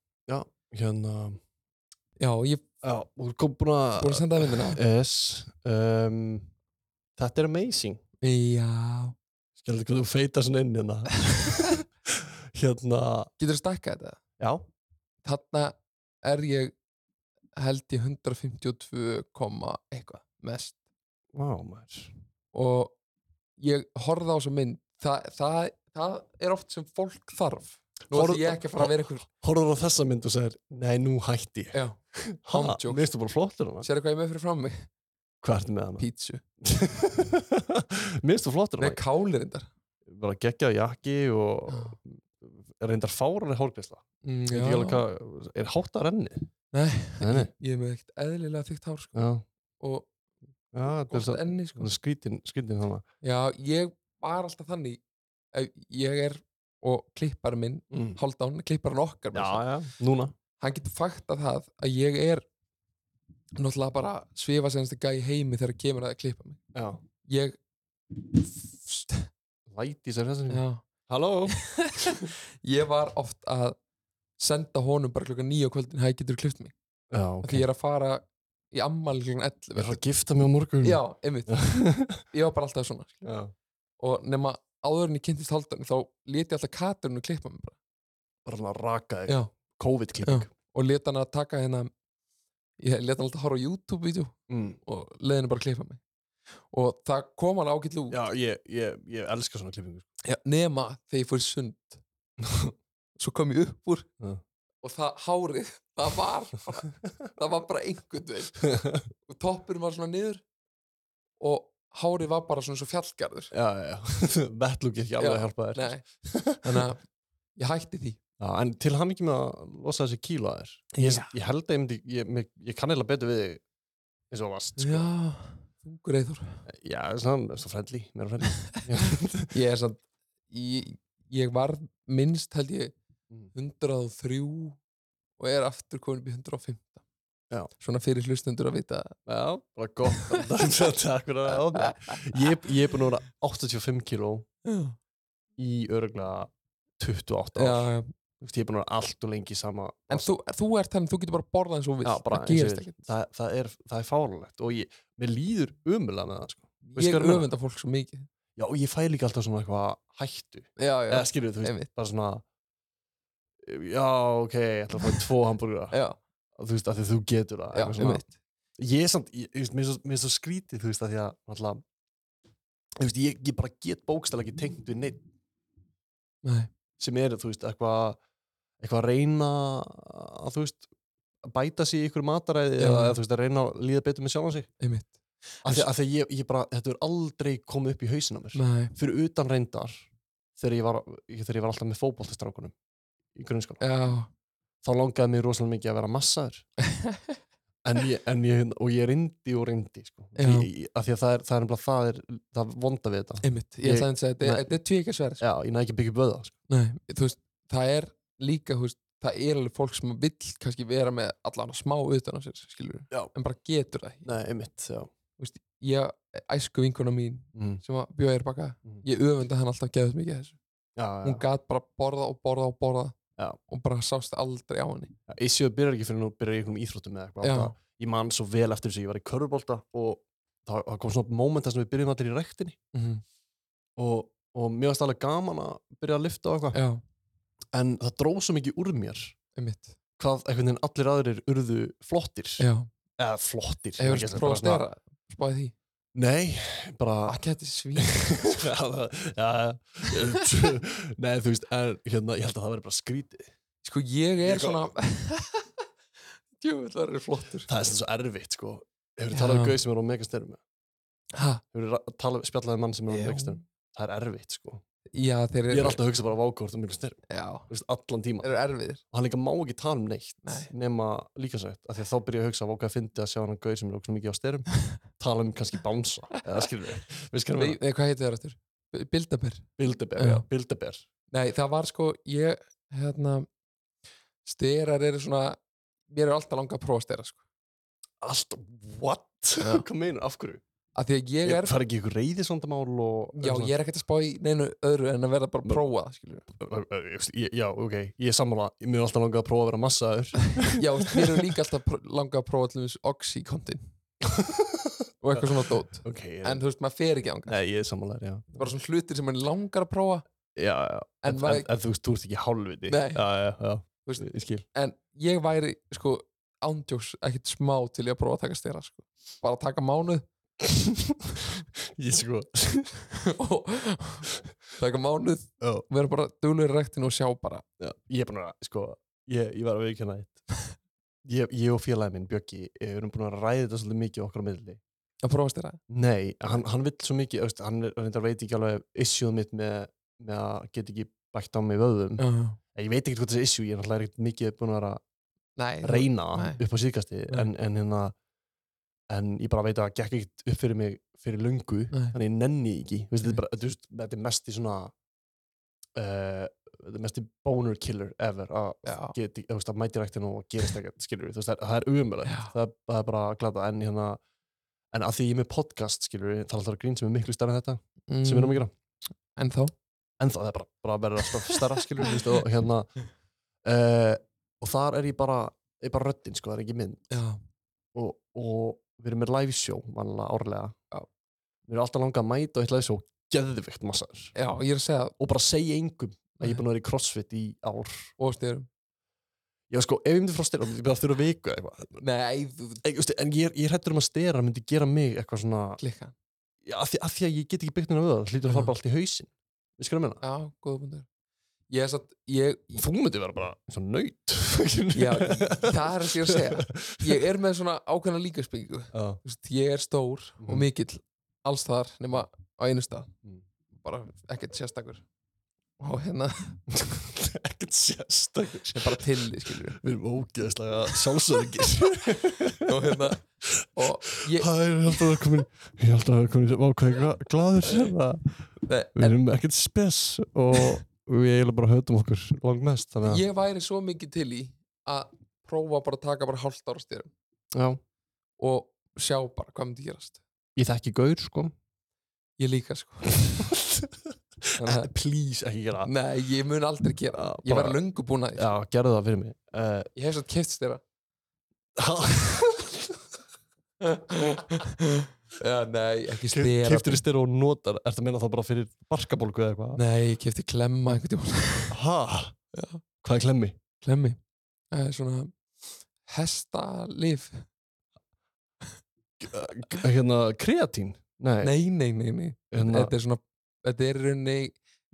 S2: hérna,
S1: já, ég er
S2: já, og þú kom búin að
S1: búin að senda það myndina
S2: yes, um, þetta er amazing
S1: já,
S2: skilur hvað þú feitar svona inn
S1: <laughs>
S2: hérna hérna,
S1: getur að stakka þetta
S2: já
S1: þarna er ég held ég 152, komma eitthvað mest
S2: wow, maður
S1: og ég horfði á þessa mynd það, það, það er oft sem fólk þarf nú
S2: Horfð-
S1: ætlum ég ekki að fara að vera ykkur
S2: horfður á þessa mynd og segir, nei nú hætti ég
S1: já,
S2: Ha,
S1: handjók.
S2: mér finnst þú bara flottur hana
S1: sérðu hvað ég er með fyrir fram mig
S2: hvað ertu með hana? <laughs>
S1: pítsu,
S2: Mér finnst þú flottur
S1: nei
S2: hana
S1: kálir endar
S2: bara geggjað jakki og reyndar fáranir hórgæsla er hátt að renni?
S1: Mm, Nei,
S2: nei, nei.
S1: ég er með ekkert eðlilega þygt hár sko.
S2: Já,
S1: og
S2: já þetta er
S1: gott
S2: svo
S1: enni sko.
S2: svona skrítin, skrítin hana
S1: Já, ég var alltaf þannig ef ég er og klippar minn
S2: mm.
S1: Haldán, klipparinn okkar
S2: já,
S1: meira að segja,
S2: já, núna
S1: hann getur faktað það að ég er náttúrulega bara svifa senast að gæja heimi þegar kemur að það klippa mig
S2: já.
S1: ég Mm.
S2: læti sér þessan
S1: já,
S2: halló
S1: ég var oft að senda honum bara klukkan nýja kvöldin hæ getur klipt mig,
S2: já,
S1: okay.
S2: ok
S1: því ég er að fara í ammali klukkan
S2: við
S1: 11
S2: erum að gifta mig á morgun
S1: Mm. já, <laughs> einmitt, ég var bara alltaf svona
S2: já.
S1: og nema áður en ég kynntist Halldóni þá leti ég alltaf katurinn að klippa mig bara
S2: bara svona raka þig
S1: Já.
S2: COVID-klipping
S1: og leti hann að taka hérna ég leti hann alltaf að horfa á YouTube-vídeó
S2: mm.
S1: og leiði hann bara að klippa mig og það kom hann ágætlu út
S2: já, ég, ég, ég elska svona klippingu sko.
S1: Já, nema þegar ég fór í sund <laughs> svo kom ég upp úr
S2: Já.
S1: og það hárið, það var bara, það var bara einhvern veginn <laughs> og toppurinn var svona niður og hárið var bara svona svo fjallgarður
S2: já, já, <laughs> já, vettlúk ekki alveg
S1: Já,
S2: að hjálpa þér
S1: Nei, þannig að <laughs> ég hætti því
S2: Já, en til hann ekki með að losa þessi kíla þér ég,
S1: Já.
S2: ég held að ég myndi, ég, ég, ég kann eða betur við þig eins og þú varst sko.
S1: Já, þungur eithor
S2: já, svona, svona frendli, meira frendli
S1: ég er samt ég, ég var minnst held ég
S2: Mm.
S1: 103 og er aftur komin upp í 115
S2: Já.
S1: svona fyrir hlustundur að vita
S2: <laughs> Já, bara gott <laughs> Takk fyrir að áfna Ég ég er búin að vera 85 kíló
S1: já,
S2: í öruglega 28
S1: já,
S2: ár
S1: já.
S2: Þú veist, Ég er búin að vera allt og lengi í sama
S1: en þú, þú ert þannig, þú getur bara borðað eins og vill
S2: Já, bara
S1: það
S2: eins og
S1: gerist
S2: ég vil.
S1: ekkert
S2: það, það er, það er fáralegt og ég, mér líður umulega með það sko. Veistu
S1: ég
S2: hvað ég meina?
S1: öfunda fólk svo mikið
S2: Já, og ég fæ líka alltaf svona eitthvað hættu
S1: já, já,
S2: eða skilur þú veist,
S1: einmitt
S2: bara svona Já, ok, ég ætla að fá tvo hambúrgara
S1: <laughs> já,
S2: þú veist, af því þú getur það
S1: já,
S2: eitthvað svona.
S1: einmitt
S2: ég er samt, ég, ég veist, mér er svo, mér er svo skrítið þú veist að því að alltaf, þú veist, ég, ég bara get bókstæla ekki tengt við neitt
S1: Nei.
S2: sem er, þú veist, eitthvað eitthvað að reyna að, þú veist, að bæta sig í ykkur mataræði
S1: Já.
S2: eða, eða, þú veist, að reyna að líða betur með sjálfan sig
S1: einmitt,
S2: af því af því að ég, ég bara, þetta er aldrei komið upp í hausinn á mér
S1: nei,
S2: fyrir utan reyndar þegar ég var, ég, þegar ég var alltaf með fótboltastrákunum í grunnskóla
S1: já,
S2: þá langaði mig rosalega mikið að vera massaður en ég, en ég, og ég reyndi og reyndi sko.
S1: Já.
S2: ég, ég, af því að það er, það er nefnilega það er, það er vonda við þetta
S1: einmitt ég
S2: Ég-
S1: ætla að segja, þetta er-
S2: Nei.
S1: þetta er tvíkasverð
S2: já, ég næ ekki að byggja upp vöða sko.
S1: Nei, þú veist, það er líka, þú veist, það er alveg fólk sem vill kannski vera með allan að smá utan á sér, skilur
S2: Já.
S1: en bara getur það ekki.
S2: nei, einmitt, já
S1: Þú veist, ég, æsku vinkona mín
S2: mm.
S1: sem að bjóða er baka,
S2: Mm.
S1: ég öfunda hann alltaf geðið mikið af þessu.
S2: já,
S1: Hún
S2: já,
S1: gat bara borða og borða og borða
S2: Já.
S1: og bara sást aldrei á henni.
S2: já ISU byrjar ekki fyrir nú byrjar í einhverjum íþróttum eða eitthvað
S1: Já.
S2: Alltaf- ég man svo vel eftir þessu, ég var í körfubolta og það, það kom svona moment þar sem við byrjum allir í rektinni
S1: Mm.
S2: og, og mér varst alveg gaman að byrja að lifta og eitthvað
S1: Já,
S2: en það dróð svo mikið úr mér
S1: einmitt.
S2: hvað einhvern veginn allir aðrir urðu flottir
S1: Já,
S2: eða flottir
S1: hefur
S2: ég
S1: þú
S2: geti
S1: prófað að
S2: bara svona-
S1: stera, spáði því.
S2: Nei,
S1: <laughs>
S2: bara <laughs>
S1: Ekki þetta svín
S2: Já, það- já, já. <laughs> Nei, þú veist, en, hérna, ég held að það verði bara skrítið
S1: Sko ég er
S2: Ég kom-
S1: svona <laughs> Djúvill það er flottur
S2: Það er sem svo erfitt, sko Hefur talað um
S1: Já.
S2: gauð sem er á megastörum
S1: ha,
S2: Hefur talað, spjallað um mann sem er á
S1: Já.
S2: megastörum Það er erfitt, sko
S1: Já þeir
S2: Ég
S1: eru
S2: er alltaf að hugsa bara vákvort á megastörum
S1: Já
S2: Þú veist, allan tíma
S1: Þeir eru erfiðir
S2: og hann líka má ekki tala um neitt
S1: Nei.
S2: nema líkasvægt, af því að þá byrja ég að hugsa vákað að fyndi að sjá hann gauð sem er okkur mikið á styrum
S1: <laughs>
S2: tala um kannski bánsa eða skilur við, við skilur
S1: Nei,
S2: við
S1: nei, hvað heitir það aftur? Bildaber
S2: bildeber,
S1: Já.
S2: já, bildeber
S1: Nei, það var sko, ég, hérna, styrar eru svona, mér er alltaf langa að prófa að styra, sko.
S2: allt, what?
S1: Já.
S2: <laughs> hvað meina, af hverju?
S1: Af því að
S2: Ég
S1: ég er,
S2: fari ekki ykkur reyði sondamál og
S1: já, ég er ekkert að spá í neinu öðru en að verða bara að prófa það, skilur.
S2: ég, já, ok, ég er sammála mér er alltaf langað að prófa að vera massaður
S1: <laughs> Já, þú veist, mér er líka alltaf pró- langa að prófa allir þessu <laughs> oxykontin og eitthvað svona dót.
S2: ok, ég,
S1: En þú veist, maður fer ekki ánga.
S2: nei, ég er sammála þér, já.
S1: Bara svona hlutir sem maður langar að prófa.
S2: já, já,
S1: En
S2: en,
S1: var-
S2: en, en þú veist, þú ert ekki hálfviti
S1: Nei.
S2: já, já, já,
S1: Þú veist-
S2: ég skil
S1: En ég væri, sko, ándjóks ekkert smá til ég að prófa að taka styra, sko. Bara að taka mánuð
S2: <laughs>
S1: <laughs>
S2: ég sko, <laughs>
S1: og taka mánuð,
S2: já
S1: vera bara duglegur í ræktinu og sjá bara
S2: Já, ég er búin að, sko, ég, ég var að viðkjanna eitt. <laughs> Ég, ég og félagi minn, Bjöggi, við erum búin að ræða þetta svolítið mikið okkar á milli.
S1: að prófa að styra.
S2: Nei, hann, hann vill svo mikið, veist, hann er- reyndar veit ekki alveg issue mitt með, með að geta ekki bætt á mig vöðum.
S1: Já, já.
S2: Ég veit ekkert hvað þessi issue, ég er náttúrulega ekkert mikið búin að vera
S1: Nei,
S2: að reyna
S1: Nei.
S2: upp á síðkasti,
S1: Nei.
S2: en, en hérna, en ég bara veit að það gekk ekkert upp fyrir mig fyrir löngu,
S1: Nei.
S2: þannig ég nenni því ekki. Þú Veist, þetta, er
S1: Nei.
S2: bara, þetta, er, veist, þetta er mest í svona, uh, þetta er mest í boner killer ever að
S1: já,
S2: geti, þú veist, að mæti ræktin og gerist ekkert, skilur við, þú veist, það, það er umöðulegt,
S1: Já.
S2: það, það er bara að glata, en hérna, en að því ég er með podcast, skilur við, það er alltaf grín sem er miklu stærra en þetta,
S1: mm,
S2: sem við erum að gera,
S1: en þá
S2: en það er bara, bara að vera alltaf stærra, skilur við,
S1: <laughs>
S2: og hérna, uh, og þar er ég bara, er bara röddin, sko, það er ekki mynd,
S1: já,
S2: og, og við erum með live show, vanlega, árlega,
S1: Já.
S2: við erum alltaf langað að mæta og eitt live show, geðvikt massar,
S1: já, ég er að segja
S2: og bara segja engum að ég er búin að vera í crossfit í ár,
S1: og styrum
S2: já, sko, ef ég myndi frá styrum, ég bara þurfa viku eða eitthvað,
S1: nei, þú
S2: Ég, veist, en ég, er- ég hættur um að stera myndi gera mig eitthvað svona
S1: klikka
S2: já, af, því, af því að ég get ekki byggt hennar við það hlýtur að fara
S1: Já.
S2: bara allt í hausin við skulum meina
S1: já, góða bundur ég er satt, ég,
S2: þú myndi vera bara eins og nöyt
S1: já, það er það sem ég er að segja ég er með svona ákveðna líkaspingu
S2: já,
S1: ég er stór og
S2: Mhm.
S1: mikill alls þar nema á einu stað
S2: Mm.
S1: bara ekkert sérstakur og hérna,
S2: <laughs> ekkert sérstakur
S1: <laughs> ég er bara til skilur
S2: við erum ógeðslega sjálfsögir
S1: <laughs> og hérna og ég,
S2: það er alltaf að komin ég er alltaf að komin ákveði gladur við
S1: nei, en
S2: erum ekkert spes og við eiginlega bara höfðum okkur langmest þannig að
S1: ég væri svo mikið til í að prófa bara að taka bara hálft ára styrum
S2: já,
S1: og sjá bara hvað myndi gerast
S2: ég þekki gaur <laughs> sko
S1: ég líka sko Þannig að-
S2: Eh, please ekki gera það.
S1: nei, ég mun aldrei gera
S2: Já,
S1: ég
S2: bara-
S1: verði löngu búin að því
S2: já, gerðu það fyrir mig <laughs> uh,
S1: ég hef svo keft styrra já, nei, ekki styrra
S2: Kiftir í styr og notar Ertu að meina þá bara fyrir barkabólgu eða eitthvað?
S1: nei, ég kefti klemma einhvern tímann
S2: Ha? Hvað er klemmi?
S1: klemmi, eh, svona hestalif
S2: K- Hérna, kreatín? Nei,
S1: nei, nei, nei, nei
S2: hérna,
S1: þetta er svona, þetta er í rauninni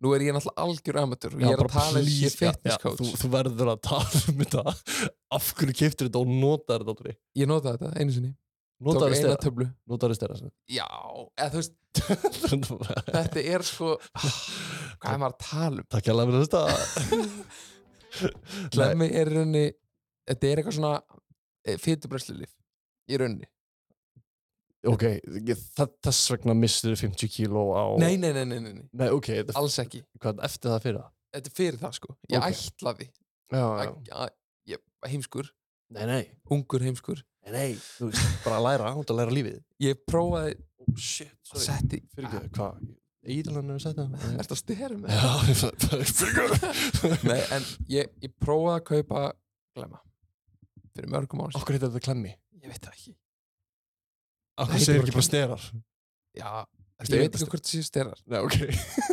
S1: nú er ég náttúrulega algjör amateur og
S2: já,
S1: ég er
S2: bara
S1: að tala um ég
S2: please,
S1: er
S2: já, já,
S1: fitness coach
S2: þú, þú verður að tala um þetta Af hverju kiftir þetta og notar þetta aldrei?
S1: ég notaði þetta einu sinni, tók
S2: Notar þetta
S1: eina
S2: stera?
S1: töflu
S2: Notar þetta
S1: <laughs>
S2: stera?
S1: já, eða
S2: <laughs>
S1: þú veist,
S2: Takk
S1: þetta er sko hvað er maður að tala um
S2: hérlega fyrir þetta Nei,
S1: Klemmi er í rauninni Þetta er eitthvað svona Fytubröslulif Í rauninni
S2: Ok, ég- þa- þess vegna mistur 50 kíló á
S1: nei, nei, nei, nei, nei, nei,
S2: Nei, ok, þetta-
S1: alls ekki
S2: hvað eftir það fyrir það?
S1: Þetta er fyrir það sko Ég
S2: Ok.
S1: ætlaði
S2: Já, já,
S1: að, að, ég, heimskur
S2: nei, nei
S1: Ungur heimskur
S2: Nei, nei, þú veist, <laughs> bara að læra, hún er að læra lífið.
S1: Ég prófaði
S2: Oh, shit,
S1: að setti
S2: Fyrir ekki, hvað? Ídalann hefur sett
S1: <laughs>
S2: það?
S1: Ertu að stera með
S2: Já, <laughs> það er fyrir ekki.
S1: Mm. Nei, en ég, ég prófaði að kaupa Glemma Fyrir mörgum ára
S2: Okkur heitir þetta klemmi.
S1: Ég veit það ekki
S2: Okkur
S1: heitir
S2: segir
S1: bara
S2: ekki bara sterar.
S1: Já,
S2: Ertu að
S1: ég veit ekki
S2: stera?
S1: hvort það sko. sé sterar
S2: Nei, ok.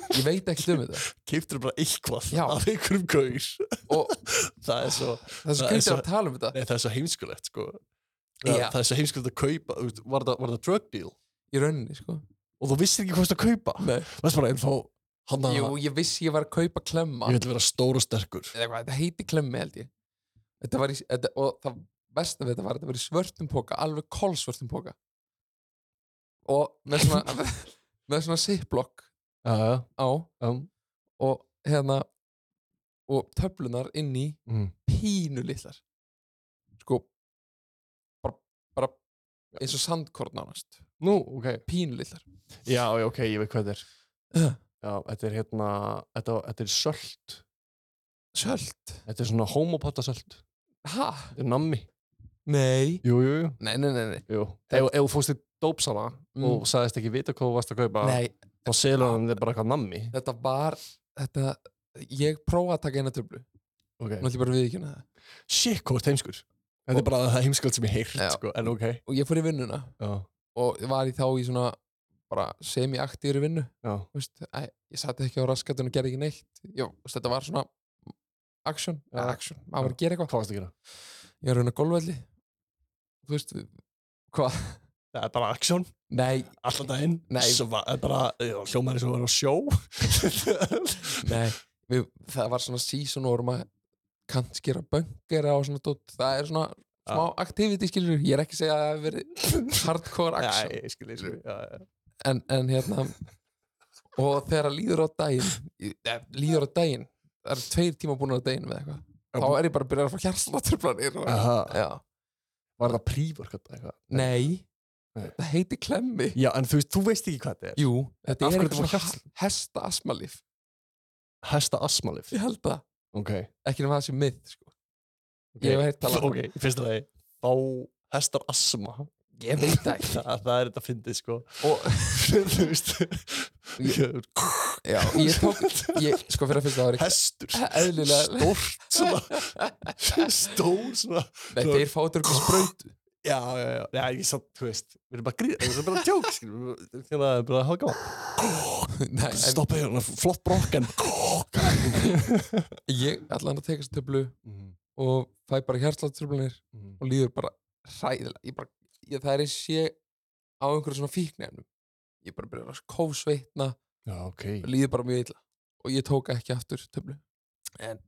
S2: <laughs>
S1: Ég veit ekki um <laughs> þetta
S2: Keiptur bara eitthvað
S1: Já.
S2: af einhverjum gaur.
S1: Og
S2: Það er svo,
S1: það er
S2: Það
S1: svo
S2: er
S1: kvítið
S2: svo-
S1: að tala um þetta
S2: nei, það er svo heimskulegt, sko.
S1: Já.
S2: Það, það er svo heimskulegt að kaupa, þú veist, var það, var það drug deal?
S1: í rauninni sko.
S2: og þú vissir ekki hvað þú ert að kaupa
S1: Nei.
S2: varst bara einn fá hann að
S1: Jú, ég vissi ég var að kaupa klemma
S2: ég vil vera stór og sterkur
S1: eða hvað, þetta heiti klemmi held ég þetta var í, þetta, og það versta við þetta var þetta var í svörtum póka, alveg kolsvörtum póka og með svona <laughs> með svona ziplock
S2: já, já, Um,
S1: á
S2: já
S1: og hérna og töflunar inn í
S2: mm.
S1: pínu litlar sko bara, bara eins og sandkorn nánast
S2: nú, ok,
S1: pínu litlar
S2: já, já, ok, ég veit hvað þetta er
S1: Uh.
S2: já, þetta er hérna, þetta, þetta er sölt
S1: Sjöld?
S2: þetta er svona homopatta sölt
S1: Ha?
S2: þetta er nammi,
S1: Nei
S2: jú, jú, jú
S1: Nei, nei, nei, nei.
S2: Jú. Ef, ef þú fórst í dópsala
S1: Mm.
S2: og sagðist ekki vita hvað þú varst að kaupa
S1: nei
S2: þá selur hann þér bara eitthvað nammi
S1: þetta var þetta, ég prófaði að taka eina töflu
S2: okay.
S1: Nú ætlum ég bara að viðkynna það
S2: shit, hvað ert heimskur þetta er bara það heimskvöld sem ég heyrt
S1: Já.
S2: sko, en ok
S1: og ég fór í vinnuna
S2: já,
S1: og ég var í þá í svona bara semi-aktíru vinnu
S2: já,
S1: þú veist, æ, ég satt ekki á raskatun og gerði ekki neitt Jó, þú veist, þetta var svona action,
S2: Já.
S1: ja. action, maður var að gera
S2: hvað
S1: eitthvað
S2: varst að gera?
S1: ég var að rauna golfvelli þú veist, hvað
S2: það er bara action,
S1: nei,
S2: allan daginn
S1: Nei.
S2: Sva, það er bara, já, hljómaður sem var á <laughs> sjó
S1: nei við, það var svona season og vorum að kannski gera böngera og svona dót. það er svona
S2: Já.
S1: smá activity skilur ég er ekki að segja að það hefur verið hardcore
S2: já,
S1: action
S2: ég skil ég skil já, já.
S1: en, en hérna og þegar líður á daginn eh, líður á daginn það eru tveir tíma búin á daginn með eitthvað
S2: Já,
S1: þá er ég bara að byrja að fá hjarslátturplanir og...
S2: Aha,
S1: Já.
S2: var það prífur eitthvað
S1: nei,
S2: Nei.
S1: það heiti klemmi
S2: já, en þú veist, þú veist ekki hvað þetta er
S1: jú, þetta
S2: Af
S1: er
S2: hverju
S1: eitthvað
S2: þetta var
S1: svona hesta asmalif
S2: hesta asmalif
S1: ég held það,
S2: ok,
S1: ekki nema það sem mið sko. Ég hef heyrt talað um
S2: ok, í fyrsta lagi þá hestar asma
S1: ég veit það
S2: <laughs>
S1: ekki
S2: það, það er þetta fyndið <laughs> sko
S1: og <laughs>
S2: þú veist
S1: já, ég tók ég, sko fyrir að fyrsta það var ekki
S2: hestur
S1: eðlilega,
S2: stórt <laughs> svona stór svona
S1: nei, þeir fátur ekki <gasps> spröytu
S2: já, já, já, já, ég satt, þú veist við erum bara gríð, við erum bara tjók þannig að það er bara að hafa gaman
S1: nei, en
S2: stoppa hérna, flott brokkan
S1: ég allan að tekast töflu
S2: Mm,
S1: og fæ bara hjarslátturplanir og líður bara hræðilega ég bara, ég, það er eins sé á einhverju svona fíknefnum ég bara byrja að kófsveitna
S2: já, ok
S1: líður bara mjög illa og ég tók ekki aftur töflu en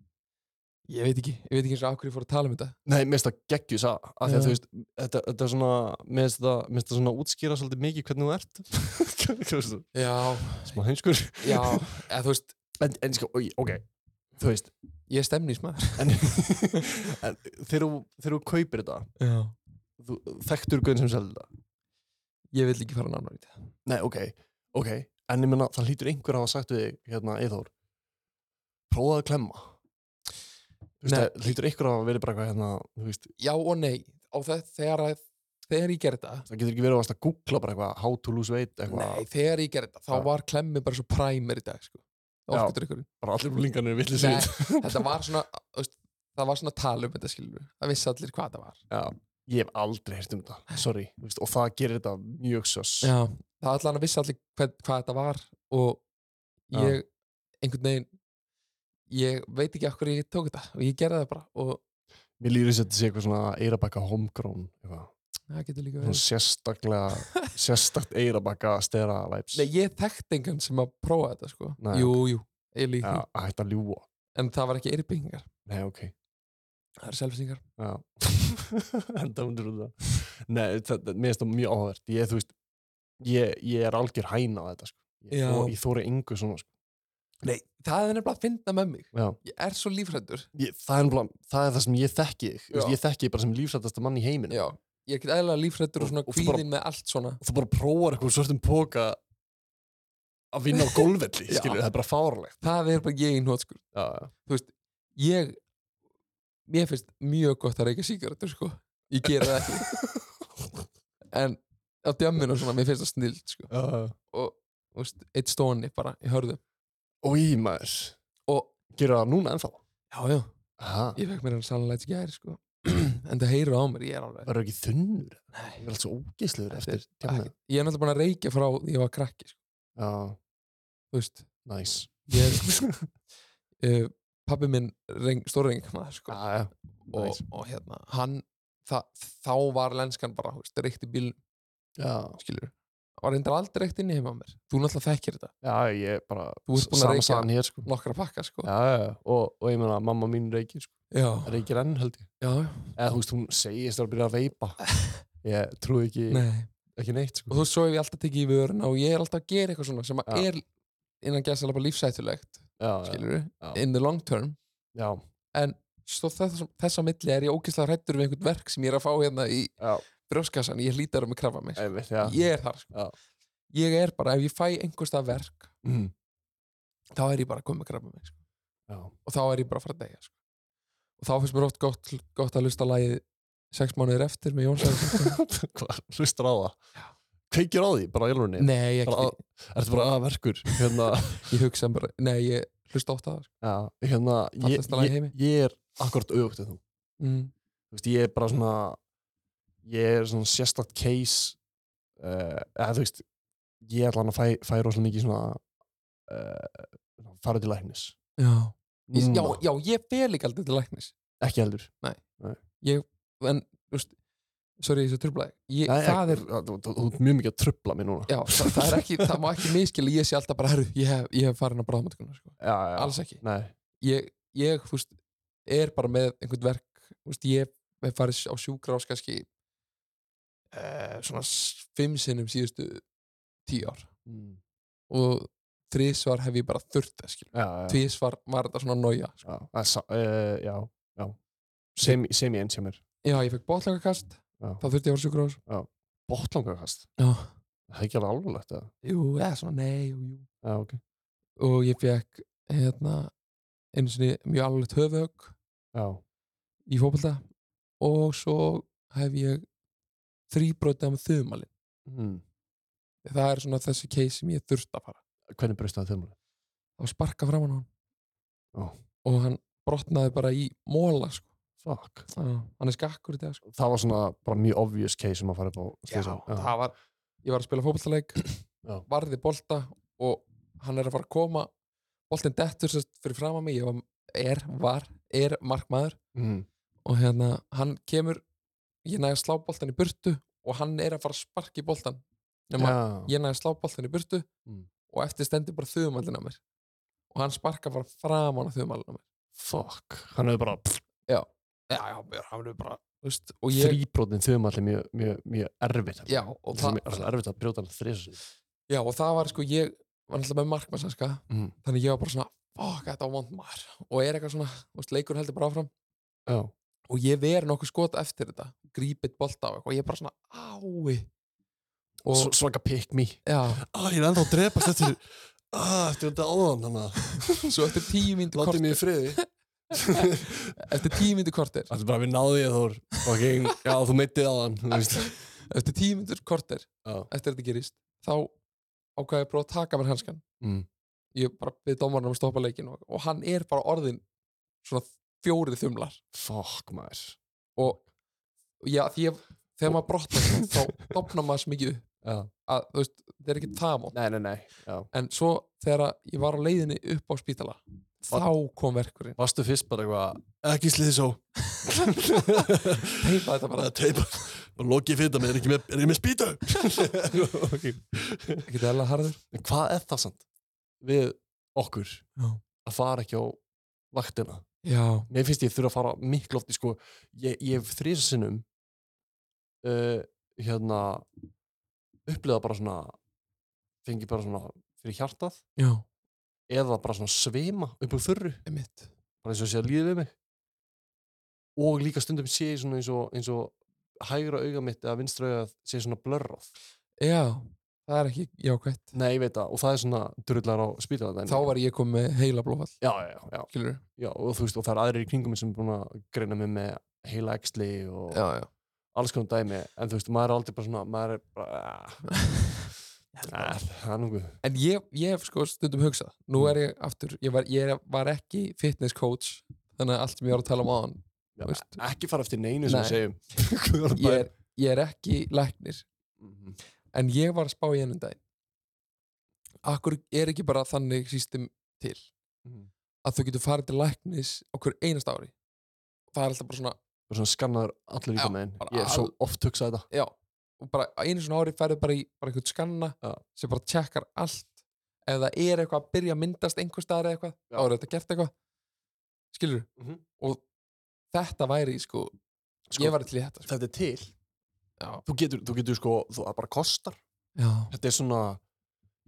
S1: ég veit ekki, ég veit ekki eins og af hverju ég fór að tala um þetta
S2: nei, mér finnst það geggjus að af því
S1: Já.
S2: að þú veist, þetta, þetta er svona mér finnst það, mér finnst það svona útskýra svolítið mikið hvernig þú ert <laughs> Hvað veist þú?
S1: já,
S2: smá heimskur
S1: já, eða þú veist
S2: en, en sko, oj, ok, þú veist
S1: ég er stemnismæður <laughs>
S2: en, en þegar þú- þegar þú kaupir þetta
S1: já.
S2: þú, þekktur guðin sem selði það
S1: ég vil ekki fara nánar í þetta
S2: nei, ok, ok en ég meina, það hlýtur einhver að hafa sagt við þig hérna, Eithór prófaðu að klemma Þú veist,
S1: Nei.
S2: það hlýtur einhver að hafa verið bara eitthvað hérna, þú veist,
S1: já og nei, á það, þegar, að- þegar ég gerði þetta
S2: það getur ekki verið að varst að googla bara eitthvað how to lose weight, eitthvað
S1: nei, þegar ég gerði þetta, þá
S2: Já.
S1: var klemmi bara svo præmer í dag sko.
S2: Já.
S1: orkudrykkurinn
S2: bara allir blingarnir villi
S1: Nei,
S2: sér
S1: þetta var svona þú veist, það var svona tal um þetta skilur það vissi allir hvað það var
S2: ég hef aldrei heyrt um þetta, sorry þú veist, og það gerir þetta mjög sös
S1: Já. það allan að vissi allir hvað, hvað þetta var og
S2: Já.
S1: ég einhvern veginn ég veit ekki okkur ég tók þetta og ég gerði það bara og
S2: mér lýri sér að þetta sé eitthvað svona eirabakka homegrown, eitthvað
S1: það getur líka
S2: Svona
S1: verið <laughs>
S2: sérstaklega sérstakt eirabakka stera vibes
S1: Nei, ég þekkti engan sem að prófa þetta sko
S2: Nei,
S1: jú, jú, ég líka
S2: Já, að hætta að ljúa
S1: en það var ekki eyrbyggningar,
S2: nei ok
S1: það eru selfisingar
S2: já. <laughs> enda undir út það nei þetta, mér finnst það mjög áhverð ég, þú veist, ég, ég er algjör hæna á þetta sko. ég,
S1: Já.
S2: þó, ég þóri yngu svona sko.
S1: Nei, það er nefnilega að finna með mig
S2: Já.
S1: ég er svo lífrættur
S2: ég, það, er, bara- það er það sem ég þekki þig. Þú veist,
S1: Já.
S2: ég þekki þig bara sem lífsættasta mann í heiminu
S1: Já, ég er ekki eðlilega lífrættur og
S2: Og-
S1: svona
S2: og þú bara-
S1: kvíðinn með allt svona
S2: og þú bara prófar eitthvað svörtum póka að vinna á golfvelli
S1: <laughs> Já.
S2: skilur, það er bara fárlegt
S1: það er bara ég í nótskur
S2: já, já.
S1: ég mér finnst mjög gott að reyka sígarettur sko. ég gera það ekki <laughs> en á djamminu og svona mér finnst það snild sko.
S2: já.
S1: og þú veist, eitt stóni bara í hörðum
S2: og í maður
S1: og
S2: gera það núna ennþá
S1: já já,
S2: Aha.
S1: ég fekk mér hann sannlega ekki gæri sko. <clears throat> en það heyrur á mér, ég er alveg
S2: verður ekki þunnur
S1: Nei,
S2: ég er alls ógeðslegur
S1: Þetta
S2: eftir
S1: ekki-
S2: tjámið
S1: ég er náttúrulega búin að reykja frá því ég var krakki sko.
S2: já,
S1: þú veist,
S2: næs
S1: ég <laughs> uh, pabbi minn reng, stórreng sko.
S2: já, já,
S1: og,
S2: næs
S1: og hérna, hann það, þá var lenskan bara, þú veist, reykti bíl
S2: já,
S1: skilur var reyndar aldrei eitt inni heima á mér þú náttúrulega þekkir þetta,
S2: já, ég er bara
S1: Þú ert búin að
S2: sama
S1: reykja.
S2: sagan hér sko.
S1: nokkra pakka sko.
S2: já, já, já. og, og ég meina mamma mín reykir sko.
S1: já,
S2: reykir enn held ég
S1: já,
S2: eða þú veist, hún segist að byrja að <laughs> veipa ég trúi ekki,
S1: nei
S2: ekki neitt
S1: og
S2: sko.
S1: þú svo hef ég alltaf tekið í vöruna og ég er alltaf að gera eitthvað svona sem að
S2: Já.
S1: er innan gæðsala bara lífsættulegt
S2: já, já,
S1: skilur
S2: já.
S1: in the long term
S2: já,
S1: svo þess, þess að milli er ég ógeðslega hrættur við einhvern verk sem ég er að fá hérna í
S2: já,
S1: brjóskassan, ég hlýtar um að krafa mig
S2: einmitt, já.
S1: ég er þar sko.
S2: Já.
S1: ég er bara, ef ég fæ einhverstað verk
S2: Mm,
S1: þá er ég bara að koma að krafa mig sko.
S2: já,
S1: og þá er ég bara að fara að deyja sko. og þá finnst mér oft gott, gott að lusta lagið sex mánuðir eftir með Jón <laughs> Sæðarsson
S2: <laughs> hvað, hlustar á það kveikir á því, bara í alveg
S1: nei, ég,
S2: bara,
S1: ekki,
S2: að, ertu bara að verkur hérna,
S1: ég hugsa bara nei, ég hlusta oft að það sko.
S2: <laughs> já, hérna ég,
S1: Fallegasta lag í
S2: ég,
S1: heimi.
S2: ég er akkurat auðvögt þú
S1: mm.
S2: Þú veist, ég er bara svona ég er svona sérstakt case uh, eða þú veist ég ætla hann að fæ, fæ rosalega mikið svona uh, fara til læknis
S1: já. Ég,
S2: Núna,
S1: já, já, ég fel ekki aldrei til læknis
S2: ekki heldur
S1: en, þú veist sorry, ég sé trublaði ég,
S2: Nei,
S1: það er,
S2: þú- þú þú- þú ert mjög mikið að trubla mig núna
S1: já, það, það er ekki það má ekki miskili, ég sé alltaf bara herru, ég hef, ég hef farin á bráðmöndikuna sko.
S2: já, já.
S1: alls ekki
S2: Nei,
S1: ég, ég þú veist, er bara með einhvern verk þú veist, ég hef farið á sjúkrás kannski eh, svona s- fimm sinnum síðustu tíu ár
S2: mm.
S1: og þrísvar hef ég bara þurft það skil
S2: já, já,
S1: tvísvar var þetta svona sko. nója
S2: já, Það er sa- eh, já, já. Sem, sem ég eins hjá mér
S1: já, ég fekk botlangakast,
S2: Já.
S1: þá þurfti ég að fara á sjúkrás
S2: botlangakast,
S1: já,
S2: það er ekki alveg alveg já,
S1: jú, eða svona nei, jú, jú
S2: ok
S1: og ég fekk hérna einu sinni mjög alveg höfug
S2: já,
S1: í fótbolta og svo hef ég þrýbrotið með þumali
S2: mm.
S1: það er svona þessi case sem ég þurft að fara
S2: hvernig breystu það þumlega?
S1: þá sparka fram hann
S2: Ó.
S1: og hann brotnaði bara í móla sko.
S2: fuck,
S1: hann er skakkur í dag sko.
S2: það var svona bara mjög obvious case um að fara upp á slysa
S1: það var ég var að spila fótballtaleik
S2: <clears throat> Já.
S1: varði bolta og hann er að fara að koma boltin dettur sérst fyrir fram að mig ég var, er, var, er markmaður
S2: mm.
S1: og hérna hann kemur ég næði að slá boltan í burtu og hann er að fara að sparka í boltan nema
S2: já,
S1: ég næði að slá boltan í burtu
S2: Mm.
S1: og eftir stendur bara þumallin á mér og hann sparka bara fram hann að þumallin á mér
S2: fuck hann hefur bara
S1: já, já, já, hann er bara veist, og ég,
S2: þrýbrotin þumlega mjög, mjög, mjög erfitt
S1: já, og
S2: það
S1: það,
S2: er svo erfitt að brjóta hann þrýsa
S1: já, og það var sko ég var náttúrulega með markmannsanska
S2: mm.
S1: þannig ég var bara svona, fuck, þetta á vond maður og er eitthvað svona, þú veist, leikur heldur bara áfram
S2: já,
S1: og ég veri nokkuð skot eftir þetta grípit bolta á eitthvað, og ég er bara svona ái og,
S2: S svaka pick me
S1: já, <laughs>
S2: ah, ég er enda að drepast eftir <laughs> ah, eftir þetta áðan hann að
S1: svo eftir tíu myndu
S2: láti
S1: kortir,
S2: mig í friði <laughs>
S1: eftir tíu myndu kortir
S2: Það er bara við náði ég Þór fucking, já þú meittið áðan þú veist.
S1: eftir tíu myndur kortir,
S2: já,
S1: eftir þetta gerist þá ákvæði ég bara að taka mér hanskan
S2: mm.
S1: ég bara byrði dómarinn um að stoppa leikin og, og hann er bara orðin svona fjórið þumlar
S2: fuck maður
S1: og já, því að þegar maður brotnar svona, þá dopnar maður svo mikið upp
S2: já.
S1: að þú veist, það er ekki það mót
S2: nei, nei, nei já.
S1: en svo þegar að ég var á leiðinni upp á spítala þá kom verkurinn
S2: Varstu fyrst bara eitthvað ekki sliði svo
S1: teipa þetta bara,
S2: bara teipa bara lokið fyrir það, er ekki með, er ekki með spýta okay.
S1: ekki það alveg harður
S2: En hvað er það samt við okkur
S1: Já.
S2: að fara ekki á vaktina
S1: já,
S2: Mér finnst ég þurfa að fara miklu oft í sko, ég, ég hef þrísa sinnum uh, hérna upplifa bara svona fengi bara svona fyrir hjartað
S1: já,
S2: eða bara svona sveima upp úr þurru
S1: emitt
S2: bara eins og sé að líða við mig og líka stundum sé ég svona eins og, eins og hægra auga mitt eða vinstra auga sé svona blörrað
S1: já, það er ekki jákvætt
S2: nei, ég veit það, og það er svona drullar á spítaladæni
S1: þá var ég komið með heila blófall
S2: já, já, já,
S1: skilur,
S2: já, og þú veist, og það er aðrir í kringum minn sem er búin að greina mig með heila eksli og
S1: já, já
S2: alls konar dæmi en þú veist, maður er aldrei bara svona maður er bara,
S1: <laughs>
S2: "Ah, það er nokkuð
S1: en ég, ég hef sko stundum hugsað nú er ég aftur, ég var, ég var ekki fitness coach þannig að allt sem ég var að tala um áðan
S2: Já,
S1: Þú veist.
S2: ekki fara eftir neinu sem
S1: Nei.
S2: við segjum <laughs> Guð er að
S1: ég
S2: bæ-
S1: er, ég er ekki læknir
S2: Mhm.
S1: en ég var að spá í ennum daginn akkur er ekki bara þannig sístum til
S2: Mhm.
S1: að þú getur farið til læknis okkur einast ári það er alltaf bara svona
S2: Bara svona skannaður allir
S1: Já,
S2: líka með
S1: bara
S2: ég er svo oft hugsað þetta
S1: já, og bara einu svona ári færðu bara í bara einhvern skanna
S2: Já.
S1: sem bara tjekkar allt ef það er eitthvað að byrja að myndast einhver staðar eða eitthvað,
S2: Já.
S1: þá er þetta gert eitthvað skilur
S2: Mhm.
S1: og þetta væri sko,
S2: Sko,
S1: ég var til í þetta sko.
S2: þetta er til
S1: Já.
S2: þú getur, þú getur sko, þú, það bara kostar
S1: já,
S2: þetta er svona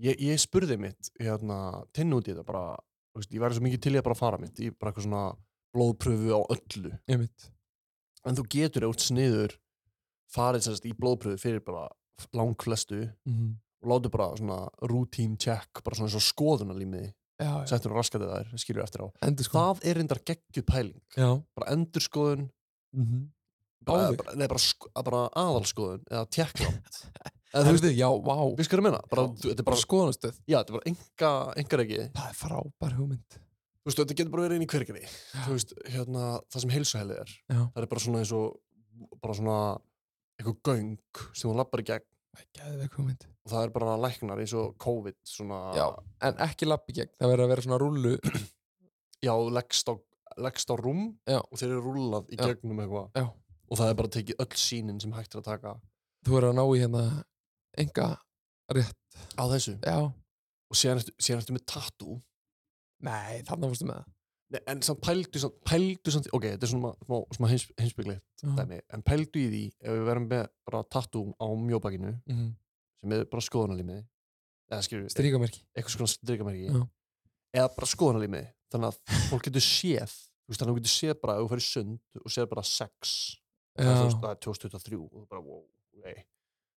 S2: ég, ég spurði mitt hérna, tinn út í þetta bara, þú veist, ég væri svo mikið til ég að bara fara mitt ég bara eitthvað svona blóðpröfu á öllu
S1: ég mitt
S2: en þú getur út sniður farið sérst í blóðpröfu fyrir bara langflestu og látur bara svona routine check bara svona eins og skoðunarlímiði
S1: já, já,
S2: settur og raskat eða þær, skilur eftir á
S1: endur sko
S2: það er reyndar geggjuð pæling
S1: já,
S2: bara endurskoðun
S1: mm
S2: Mhm. bara,
S1: Á þig?
S2: bara, nei, bara, sk- bara aðalskoðun
S1: <laughs>
S2: eða tjekkland eða þú veist,
S1: Herðu, já, vá
S2: við skulum minna bara,
S1: Já.
S2: þú- þetta er bara,
S1: skoðanastöð,
S2: já, þetta er bara enga, engar ekki
S1: það er frábær hugmynd
S2: þú veist, þetta getur bara verið inn í hverginni þú veist, hérna, það sem heilsuhelið er
S1: Já.
S2: það er bara svona eins og bara svona eitthvað göng sem hún lappar í gegn
S1: það er geðveik hugmynd
S2: og það er bara læknar eins og COVID svona,
S1: já, en ekki lappi gegn, það verður að vera svona rullu
S2: já þú leggst á, leggst á rúm
S1: Já.
S2: og þeir eru rúllað í
S1: Já.
S2: gegnum eitthvað
S1: Já.
S2: og það er bara tekið öll sínin sem hægt er að taka
S1: þú verður að ná í hérna enga rétt,
S2: á þessu
S1: já,
S2: og síðan ertu, síðan ertu með tattoo
S1: nei, þannig fórstu með það
S2: Nei, en samt pældu samt, pældu samt ok, þetta er svona, smá, svona heins, heimsbygglitt
S1: Já.
S2: dæmi, en pældu í því ef við verum með bara tattoo á mjóbakinu
S1: Mhm.
S2: sem er bara skoðunarlímið eða skilur við,
S1: stríkamerki
S2: eitthvað svona strikamerki
S1: Já.
S2: eða bara skoðunarlímið þannig að fólk getur séð þú veist, þannig að þú getur séð bara ef þú færir sund og séð bara sex það er þú veist,
S1: Já.
S2: það er 2023 og þú bara wow, nei,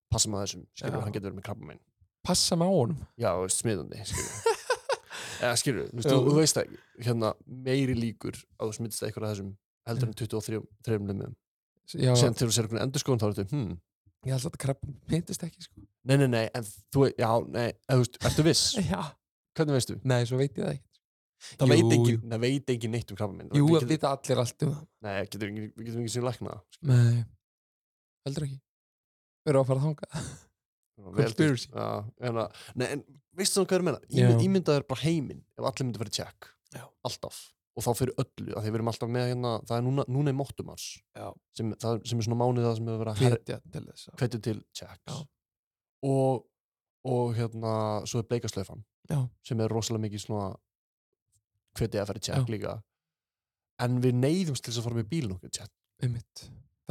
S2: passa maður þessum skilur,
S1: Já.
S2: hann getur verið með krabba minn
S1: passa með á honum
S2: já, þú veist, smiðandi
S1: <laughs>
S2: skilur eða skilur, þú veist,
S1: Já.
S2: þú, þú veist það ekki hérna, meiri líkur að þú smittist eitthvað af þessum heldur en 23 þrejum limum
S1: já,
S2: sem til þú sér einhvern endurskoðun þá er þetta hmm,
S1: ég held að þetta krabba myndist ekki sko.
S2: nei, nei, nei, en þú, já, nei eða, þú veist, ertu
S1: <laughs>
S2: viss,
S1: já.
S2: hvernig veistu
S1: nei, svo veit ég það ekki
S2: það
S1: Jú,
S2: veit
S1: jú.
S2: engin, það veit engin neitt um krabba minn
S1: jú, það vita allir allt um það
S2: Nei, getur, engin- við getum ekki síðan lækna það.
S1: nei, heldur ekki við erum að fara þangað
S2: Vel til.
S1: Conspiracy.
S2: Já, en, að- nei, en veistu þú hvað ég er að meina?
S1: Já.
S2: Ímynd, ímyndað er bara heiminn ef allir myndu að fara í tjekk.
S1: Já.
S2: Alltaf. Og þá fyrir öllu, að því við erum alltaf með hérna, það er núna, núna í móttumars,
S1: Já.
S2: sem, það, sem er svona mánuð það sem hefur verið að herra
S1: hvetja til þess að-
S2: hvetja til tjekks.
S1: Já.
S2: Og, og hérna, svo er bleikaslaufan,
S1: já,
S2: sem er rosalega mikið svona hvetja að fara í tjekk
S1: Já.
S2: líka. En við neyðumst til þess að fara með bílun okkur tjekk.
S1: einmitt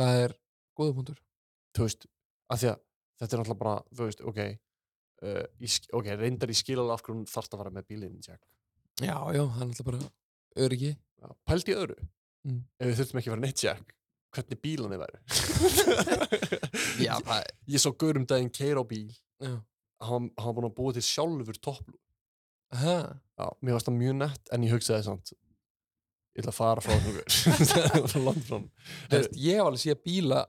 S1: það er góða punktur
S2: þú veist, af því að þetta er alltaf bara, þú veist, ok uh, ég sk- ok, reyndar í skilalega af hverju hún þarft að fara með bílinn í tjekk
S1: já, já, það er alltaf bara öryggi
S2: Já, pælt í öðru,
S1: Mm.
S2: ef við þurftum ekki að fara neitt tjekk hvernig bílan þið væri
S1: <laughs> já, það er
S2: <laughs> ég sá gaurum daginn keira á bíl
S1: já.
S2: hann, hann var búin að búa til sjálfur topplú
S1: Aha.
S2: Já, mér varst það mjög nett, en ég hugsaði samt ég ætla að fara frá hann <laughs> ykkur frá land frá hann
S1: Þú veist, ég hef alveg séð bíla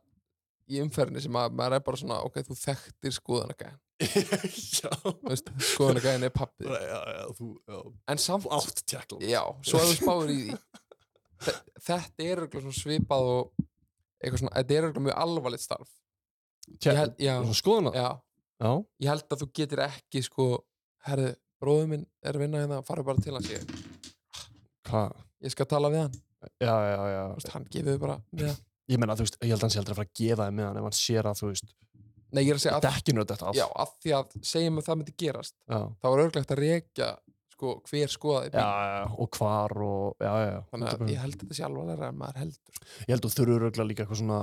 S1: í umferðinni sem að maður er bara svona ok, þú þekktir skoðanagæðin
S2: <laughs> já,
S1: skoðanagæðin er pappið
S2: já, já, þú, já,
S1: en samt
S2: þú átt tjekkla
S1: Já, svo ef þú spáir í því þe- Þetta er örugglega svona svipað og eitthvað svona, þetta er örugglega mjög alvarlegt starf ég held, já,
S2: skoðuna
S1: já,
S2: já.
S1: ég held að þú getir ekki sko, herðu, bróður minn er að vinna hérna, farið bara til hans ég,
S2: Hvað?
S1: ég skal tala við hann,
S2: Já, já, já.
S1: Þú veist, hann gefið bara með hann.
S2: Ég meina, þú veist, ég held að hann sé aldrei að fara að gefa þig með hann ef hann sér að, þú veist,
S1: Nei, ég er að segja að,
S2: dekkinu er þetta af.
S1: já, að því að segjum að það myndi gerast,
S2: Já,
S1: þá er örglegt að rekja sko, hver skoðaði
S2: já,
S1: bíl
S2: já, og hvar og, já, já, já.
S1: þannig að ég held að þetta sé alvarlega en maður heldur sko.
S2: Ég held að þú þurfur örugglega líka eitthvað svona,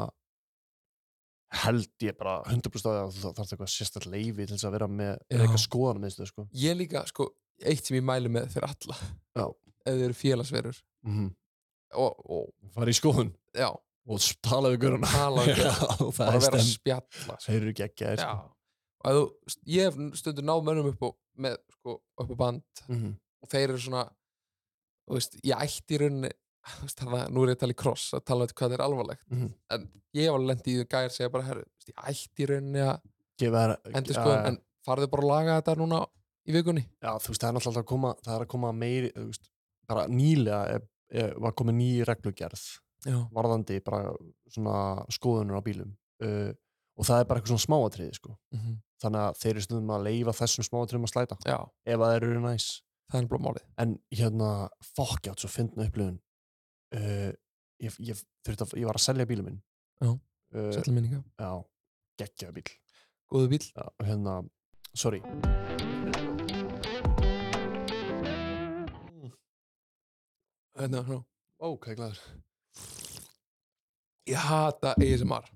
S2: held ég bara 100% að þú þarf eitthvað sérstætt leifi til þess að vera með,
S1: Já.
S2: eða eitthvað skoðan með sko.
S1: Ég líka, sko, eitt sem ég mæli með fyrir alla
S2: Já.
S1: ef þau eru félagsverur
S2: Mm -hmm.
S1: og, og,
S2: Fara í skoðun
S1: já,
S2: og s- tala við
S1: <laughs>
S2: göruna.
S1: tala um þetta
S2: og það
S1: bara
S2: er
S1: vera að
S2: stemn.
S1: spjalla sko.
S2: Þeir eru ekki ekki,
S1: Já.
S2: sko.
S1: og ef þú, ég hef stundur náð mönnum upp á, með, sko, upp á band
S2: Mm -hmm.
S1: og þeir eru svona þú veist, ég ætti í rauninni þú veist, það, nú er ég að tala í kross að tala um hvað það er alvarlegt
S2: Mhm.
S1: en ég hef alveg lendi í því gæri segja bara herru, þú veist, ég ætti í rauninni að
S2: Gefa þær,
S1: endur sko en farðu bara að laga þetta núna í vikunni
S2: Já, þú veist, það er náttúrulega að koma, það er að koma meiri, þú veist, bara nýlega er, er, var komið ný reglugerð
S1: já,
S2: varðandi bara svona skoðunur á bílum uh, og það er bara eitthvað svona smáatriði, sko. Þannig að þeir eru stundum að leifa þessum smáatriðum að slæta
S1: Mhm. já
S2: ef að þeir eru næs.
S1: það er bara málið
S2: En hérna, fokk ég átt svo fyndna upplifun. Uh, ég, ég, þurfti að, ég var að selja bílum minn.
S1: Já.
S2: uh,
S1: sætla minninga
S2: já geggjaðu bíl.
S1: góðu bíl
S2: Já, hérna, sorry
S1: hérna, hérna.
S2: Ó, hvað ég glæður
S1: ég hata ASMR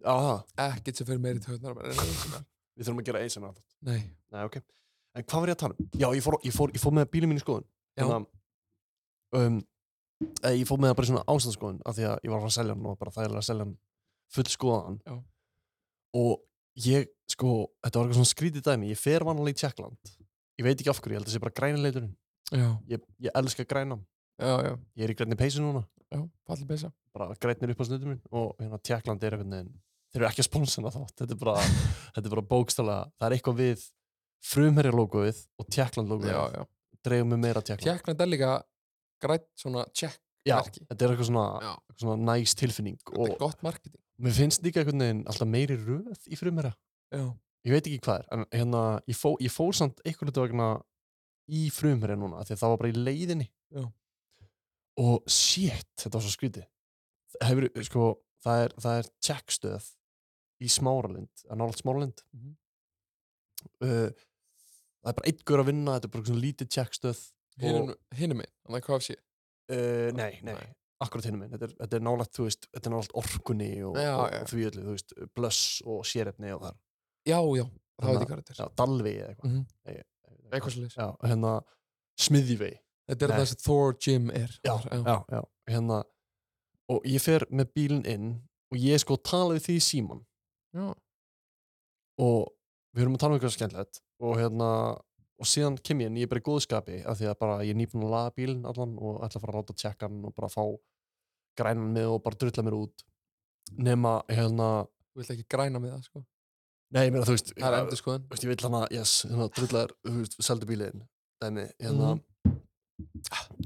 S2: Já, það,
S1: ekkert sem fyrir meiri töðnar en ASMR
S2: við þurfum að gera ASMR þátt.
S1: nei,
S2: Nei, ok En hvað var ég að tala um? Já, ég fór, ég fór, ég fór með bílum mín í skoðun Hérna,
S1: Já.
S2: um, eða, Ég fór með það bara í svona ástandskoðun af því að ég var að fara að selja hann og bara þægilega að selja hann full skoðan
S1: Já.
S2: Og ég, sko, þetta var eitthvað svona skrítið dæmi Ég fer vanlega í Tjekkland Ég veit ekki af hverju, ég held að það sé bara grænileiturinn
S1: já,
S2: Ég, ég elska grænam
S1: já, já,
S2: Ég er í grænni peysu núna
S1: já fallið besa
S2: bara grænir upp á snutum minn og hérna Tjekkland er einhvern veginn þeir eru ekki að sponsana þátt þetta er bara,
S1: <laughs>
S2: þetta er bara bókstala það er eitthvað við frumherja logoið og Tjekkland
S1: já,
S2: logoið
S1: já,
S2: dreifum við meira Tjekkland
S1: tjekkland er líka grætt svona tjekk
S2: já,
S1: merki.
S2: þetta er eitthvað svona,
S1: já,
S2: svona næs tilfinning
S1: þetta er
S2: og
S1: gott marketing
S2: mér finnst líka einhvern veginn alltaf meiri röð í frumherja
S1: já,
S2: ég veit ekki hvað er en hérna ég, fó, ég fór samt einhvern veginn vegna í frumherja núna af því að það var bara í leiðinni
S1: Já.
S2: og shit, þetta var svo skrítið Hefur, sko, það er, það er tjekkstöð í Smáralind að nálaðt Smáralind
S1: Mhm.
S2: uh, það er bara einn gaur að vinna þetta er bara svona lítið tjekkstöð
S1: hinum hinum minn, þannig að hvað sé
S2: Uh, nei, nei,
S1: Nei.
S2: akkurat hinnum minn þetta er, þetta er nálægt, þú veist, þetta er nálægt orkunni og,
S1: Já,
S2: og,
S1: já.
S2: og því öllu, þú veist blöss og sérefni og þar
S1: já, já, það veit
S2: Þannig
S1: ég hvað þetta
S2: já, dalvi eða eitthvað
S1: Mhm.
S2: Nei,
S1: er eitthvað sliðis,
S2: já, hérna, smiðjivei
S1: þetta er
S2: Nei.
S1: það sem Thor Jim er
S2: já,
S1: já,
S2: já, já, hérna og ég fer með bílinn inn og ég er sko að tala við því síman
S1: já,
S2: og við erum að tala um eitthvað skemmtilegt og hérna og síðan kem ég inn, ég er bara í góðskapi af því að bara ég er nýbúin að laga bílinn allan og ætla að fara að láta tjekka hann og bara fá grænan með og bara drulla mér út nema hérna
S1: þú vilt ekki græna með það sko.
S2: nei, ég meina þú veist,
S1: það er
S2: ég,
S1: endur skoðan
S2: veist, ég vil hana yes, hérna, drulla þér, þú veist, seldu bílinn dæmi,
S1: Mhm.
S2: hérna,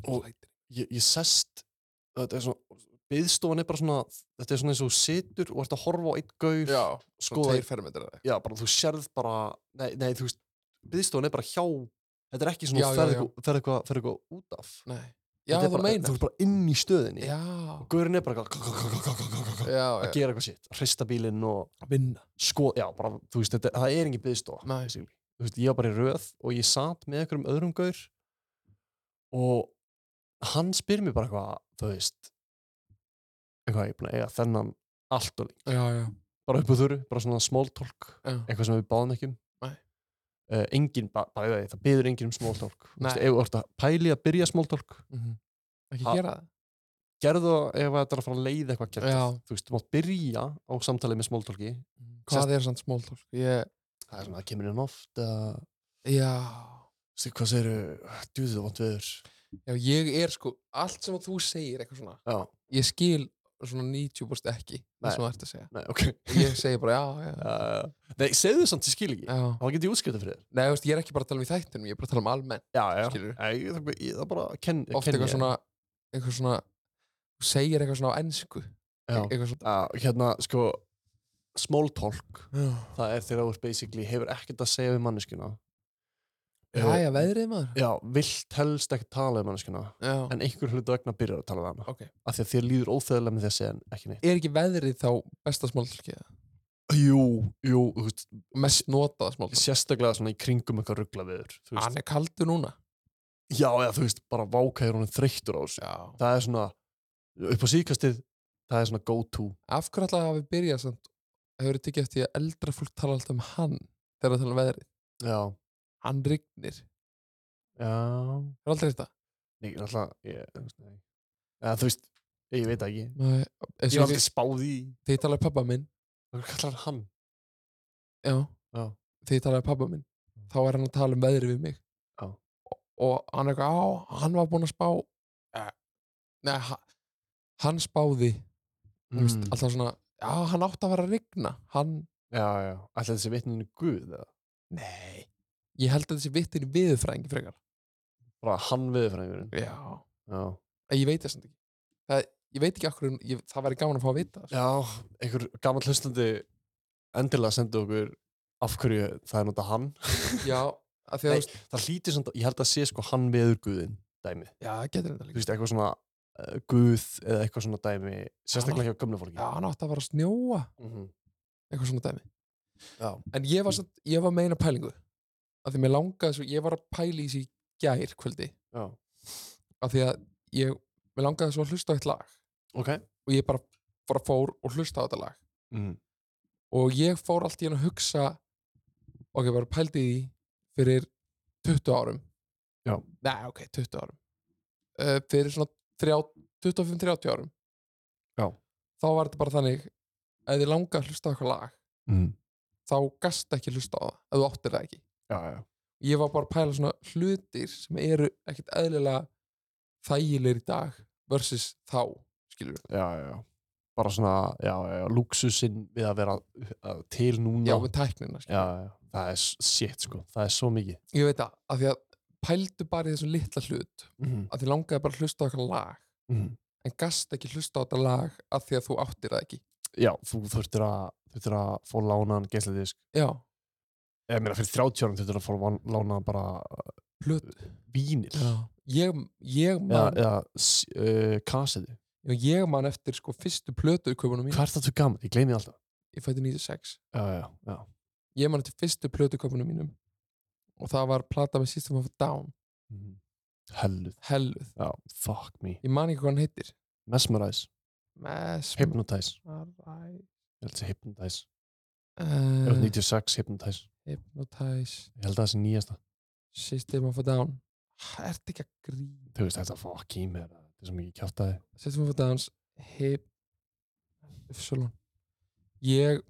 S2: og ég, ég sest þetta er svona, byðstofan er bara svona þetta er svona eins og þú situr og ert að horfa á einn gaur,
S1: já, sko,
S2: skoða
S1: tveir fermetrar eða eitthvað.
S2: já, bara þú sérð bara nei, nei þú veist, byðstofan er bara hjá þetta er ekki svona
S1: Já, já,
S2: ferð
S1: já.
S2: eitthvað- ferð eitthvað ferð eitthvað út af
S1: Nei. já,
S2: Þetta er
S1: þú
S2: bara, þú
S1: meinar
S2: ert bara inn í stöðinni
S1: já,
S2: og gaurinn er bara eitthvað-
S1: já,
S2: að
S1: já,
S2: gera eitthvað sitt, að hrista bílinn og
S1: vinna
S2: skoð, já, bara, þú veist, þetta, það er engin byðstofa
S1: Nei.
S2: basically. þú veist, ég var bara í röð og ég satt með einhverjum öðrum gaur og hann spyr mér bara eitthvað, þú veist eitthvað, ég er búin að eiga þennan allt og líka,
S1: já, já,
S2: bara upp á þurru bara svona small talk,
S1: já,
S2: eitthvað sem við báðum ekki um
S1: Nei.
S2: Uh, engin, ba- bara við það byður engin um small talk Þú veist,
S1: Nei.
S2: ef þú ert að pæli að byrja small talk
S1: mhm. ekki
S2: Ha-
S1: gera það
S2: gerðu það ef þetta er að fara að leiða eitthvað gert
S1: Já.
S2: þú veist, þú mátt byrja á samtalið með small talki
S1: hvað er sann smóltólk ég,
S2: það er svona, það kemur inn oft eða
S1: já,
S2: Stu, hvað segirðu, djúðið vant veður
S1: já, ég er sko allt sem að þú segir eitthvað svona
S2: Já,
S1: ég skil svona 90% ekki
S2: Nei.
S1: það sem þú ert að segja
S2: nei, ok
S1: og ég segi bara já, já,
S2: uh, Nei, segðu samt, ég skil ekki
S1: já.
S2: Þá get ég útskjöta fyrir þér
S1: Nei, þú veist, ég er ekki bara að tala um í þættinum ég er bara að tala um almenn
S2: Já, já,
S1: Skilurðu?
S2: Nei, ég, það, ég, það bara ken,
S1: oft
S2: ken
S1: eitthvað
S2: ég.
S1: svona, eitthvað svona þú segir eitthvað svona á ennsku
S2: Já,
S1: eitthvað svona
S2: uh, hérna, sko Small talk,
S1: já,
S2: það er þegar þú ert basically hefur ekkert að segja við manneskuna
S1: já, veðrið maður
S2: Já, vilt helst ekki tala við manneskuna
S1: já.
S2: en einhver hlutu vegna byrjar að tala við hana
S1: ok,
S2: af því að þér líður óþægilega með þessi en ekki neitt
S1: er ekki veðrið þá besta smóltólki
S2: Jú, jú, þú veist,
S1: mest notaða smóltólki
S2: sérstaklega svona í kringum eitthvað ruggla viður
S1: hann er kaldur núna
S2: Já, eða þú veist, bara vákæður hún þreyttur á þessu
S1: já.
S2: það er svona upp á síðkastið, það er svona go to
S1: af hverju alltaf hafi byrjað samt hefur þið tekið eftir því að eldra fólk tala alltaf um hann þegar það tala um veðrið
S2: já,
S1: hann rignir,
S2: já
S1: það er aldrei þetta
S2: nei, alltaf, ég, þú veist, nei. Eða, þú veist, ég veit það ekki ég var
S1: þegar
S2: aldrei spáð í
S1: ég tala um pappa minn
S2: hvað kallar hann
S1: já,
S2: Já.
S1: þegar ég tala um pappa minn þá er hann að tala um veðrið við mig
S2: Já.
S1: og, og hann er eitthvað á, hann var búinn að spá eh, nei, ha- hann spáði þú veist,
S2: Mm.
S1: alltaf svona, já, hann átti að vera að rigna hann,
S2: já, já, alltaf þessi vitninu guð eða?
S1: nei ég held að þessi vittin viðfræðingi frekar
S2: bara hann viðfræðingurinn
S1: já,
S2: já,
S1: en ég veit þess ekki það, ég veit ekki okkur, ég, það væri gaman að fá að vita það, sko.
S2: já, einhver gammal hlustandi endilega sendi okkur af hverju það er nota hann
S1: sko. já, að því
S2: Nei.
S1: að þú veist
S2: það hlýtir svona, ég held að sé sko hann viður guðin dæmi,
S1: já, það getur þetta
S2: þú
S1: líka
S2: veist, eitthvað svona uh, guð eða eitthvað svona dæmi sérstaklega hjá gömlu fólki
S1: já, hann átti að fara að snjóa,
S2: Mhm.
S1: eitthvað svona dæmi
S2: já,
S1: en ég var, samt, ég var meina pælingu af því mér langaði svo, ég var að pæli í þessi gær kvöldi
S2: já,
S1: af því að ég, mér langaði svo að hlusta á eitt lag
S2: ok
S1: og ég bara, bara fór og hlusta á þetta lag
S2: mm.
S1: og ég fór allt í hann að hugsa ok, bara pældi í því fyrir 20 árum
S2: Já.
S1: Nei, ok, 20 árum uh, fyrir svona 25-30 árum
S2: Já.
S1: þá var þetta bara þannig ef þið langaði að hlusta á eitthvað lag
S2: Mm.
S1: þá gast ekki hlusta á það ef þú áttir það ekki
S2: já, já,
S1: ég var bara að pæla svona hlutir sem eru ekkert eðlilega þægilegir í dag versus þá skilur við,
S2: já, já, já bara svona, já, já, já, lúksusinn við að vera uh, til núna
S1: já
S2: já,
S1: með tæknina skilurðu.
S2: já, það er shit sko, það er svo mikið
S1: ég veit það, af því að pældu bara í þessum litla hlut
S2: mm.
S1: að því langaði bara að hlusta á eitthvað lag
S2: Mm.
S1: en gast ekki hlusta á þetta lag af því að þú áttir það ekki
S2: já, þú þurftir að þurftir að fá lánaðan geisladisk
S1: já,
S2: ég meina fyrir 30 árum þurftir að fá van- lánaðan bara uh,
S1: hlut
S2: vínil
S1: já. ég, ég,
S2: eða,
S1: man,
S2: eða s- uh, kasseti
S1: ég man eftir sko fyrstu plötu í köpunum mín
S2: hvað er þetta þú gaman? Ég gleymi því alltaf
S1: ég fætti 96
S2: já, já, já,
S1: ég man eftir fyrstu plötu í köpunum mínum og það var plata með System of a Down
S2: mm. helluð,
S1: helluð,
S2: já, fuck me
S1: ég man ekki hvað hann heitir
S2: mesmerize,
S1: Mesmer
S2: hypnotize
S1: Alright.
S2: ég held að segja hypnotize, uh.
S1: Uh,
S2: 96 hypnotize,
S1: Eh, hypnotize
S2: ég held að það sé nýjasta
S1: System of a Down Ertu ekki að grín
S2: þú veist þetta fuck í mér þetta er svo mikið kjátaði
S1: System of a Downs Hip Upsilon Ég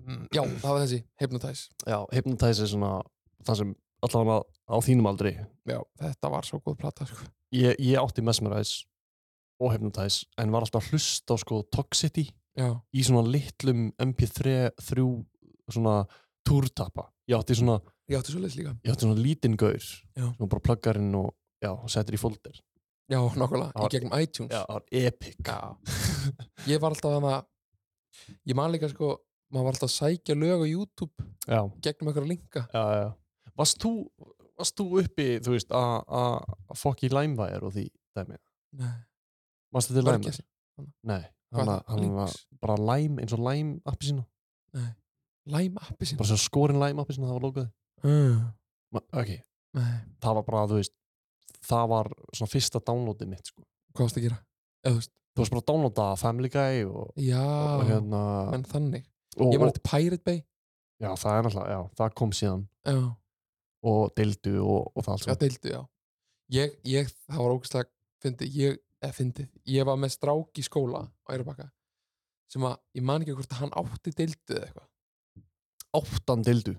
S1: Mm, Já, það var þessi, Hypnotize
S2: já, hypnotize er svona það sem allavega á þínum aldri
S1: Já, þetta var svo góð plata sko.
S2: ég, ég átti mesmerize og hypnotize en var alltaf að hlusta á sko Toxity
S1: Já,
S2: í svona litlum MP3 þrjú svona túrtappa ég átti svona,
S1: ég átti svo leys líka
S2: ég átti svona lítinn gaur
S1: Já.
S2: sem bara pluggar inn og já, og settir í folder
S1: Já, nokkulega,
S2: Já.
S1: í gegnum iTunes
S2: já, það var epic
S1: <laughs> Já. Ég var alltaf að Ég man líka sko maður var alltaf að sækja lög á YouTube
S2: já,
S1: gegnum einhverja linka
S2: já, já. Varst, þú, varst þú uppi þú veist, að- að að fokk í Limewire og því dæmi
S1: Nei,
S2: varst þetta
S1: var ekki
S2: Limewire?
S1: þessi
S2: Nei,
S1: Hvað
S2: hann,
S1: er það?
S2: hann var
S1: Links?
S2: bara Lime eins og Lime appi sína
S1: Lime appi sinni
S2: bara sem skorinn Lime appi sína, það var lókað
S1: uh,
S2: ok,
S1: Nei
S2: það var bara, þú veist það var svona fyrsta downloadið mitt sko.
S1: hvað varst að gera eða þú veist,
S2: þú varst bara að downloada Family Guy og,
S1: já,
S2: og hérna
S1: Ah. en þannig
S2: og,
S1: ég var
S2: og,
S1: eftir Pirate Bay
S2: já, það er náttúrulega, já, það kom síðan
S1: já,
S2: og deildu og, og það allt
S1: já,
S2: saman.
S1: deildu, já ég, ég, það var ógæslega fyndi, ég, eða fyndi ég var með strák í skóla á Eirabakka sem að, ég man ekki hvort að hann átti deildu eða eitthvað,
S2: áttan deildu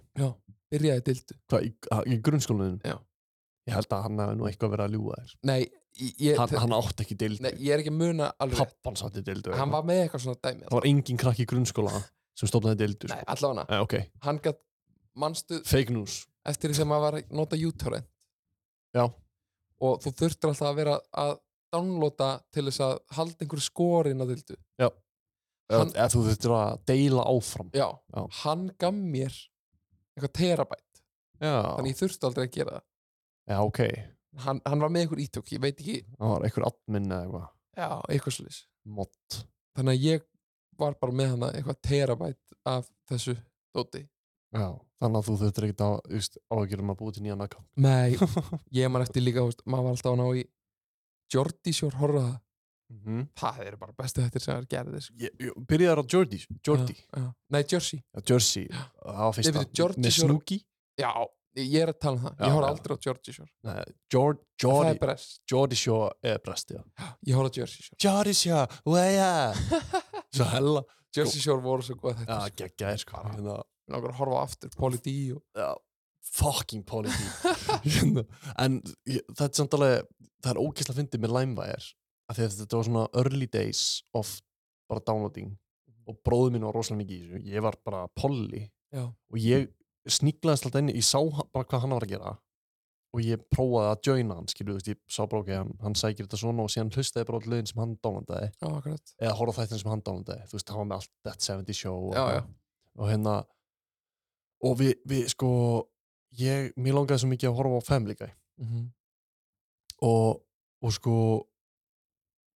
S1: byrjaði deildu
S2: hvað, í, að- í grunnskólanum
S1: Já.
S2: ég held að hann hefði nú eitthvað verið að ljúga þér
S1: nei, ég, ég,
S2: hann,
S1: þe-
S2: hann átt ekki deildu
S1: nei, ég er ekki að muna alveg rétt.
S2: pappan satt í deildu
S1: hann var með eitthvað svona dæmi
S2: það var engin krakk í
S1: <laughs>
S2: grunnskóla sem stofnaði deildu
S1: nei, allavega,
S2: Eh, ok,
S1: hann gætt manstu
S2: fake news
S1: eftir því sem maður var að nota U-torrent
S2: Já.
S1: og þú þurftir alltaf að vera að downloada til þess að halda einhverju skorin að dildu Hann-
S2: hann, eða þú þurftir að deila áfram
S1: já,
S2: Já.
S1: hann gaf mér eitthvað terabætt
S2: já,
S1: þannig ég þurfti aldrei að gera það
S2: já ok
S1: hann, hann var með einhver ítök, ég veit ekki
S2: það var einhver admin eða eitthvað
S1: já, eitthvað slis
S2: mod
S1: þannig að ég var bara með hana eitthvað terabætt af þessu dóti
S2: Já, þannig að þú þurftir ekkert að just, áhyggjur um að búið til nýjan account.
S1: nei, <laughs> ég man eftir líka þú veist, maður var alltaf að ná í Jordi Sjór Horraða
S2: Mm -hmm.
S1: það eru bara bestu þetta sem það er gerðið sko.
S2: ég, ég byrjaði á Jordi, Jordi,
S1: Já, já. nei, Jersey
S2: ja. Jersey, það var
S1: Nei,
S2: fyrsta,
S1: veitu, Jordi
S2: með
S1: Shore-
S2: Snooki,
S1: Já, ég er að tala um það.
S2: Já,
S1: Ég horf
S2: já.
S1: aldrei á Jersey Shore.
S2: Nei, Jord,
S1: Það er
S2: Jordi,
S1: brest.
S2: Jordi Shore er brest, já.
S1: Já, Ég horf á Jersey Shore.
S2: Jordi Shore, where
S1: <laughs>
S2: ya? Svo hella,
S1: Jersey Shore voru svo góð þetta.
S2: já,
S1: Já,
S2: geggjaði, sko, hérna,
S1: Nákvæmlega að horfa á aftur, Polly D og...
S2: já, fucking polity, hérna, en ég- það er samt alveg, það er ógeðslega fyndið með Limewire, af því að þetta var svona early days of bara downloading og bróður minn var rosalega mikið í þessu, ég var bara polly,
S1: Já.
S2: og ég sníklaðist alltaf inn í- ég sá hann- bara hvað hann var að gera og ég prófaði að joina hann skilu, veist, ég sá bara ok, hann, hann sækir þetta svona og síðan hlustaði bara á lögin sem hann dánlandaði
S1: Já, akkurat.
S2: eða horfði á þættin sem hann dánlandaði þú veist, hann var með allt That 70 Show og,
S1: Já, já.
S2: og hérna og við, við sko ég, mér langaði svo mikið að horfa á Family Guy
S1: Mhm.
S2: og, og sko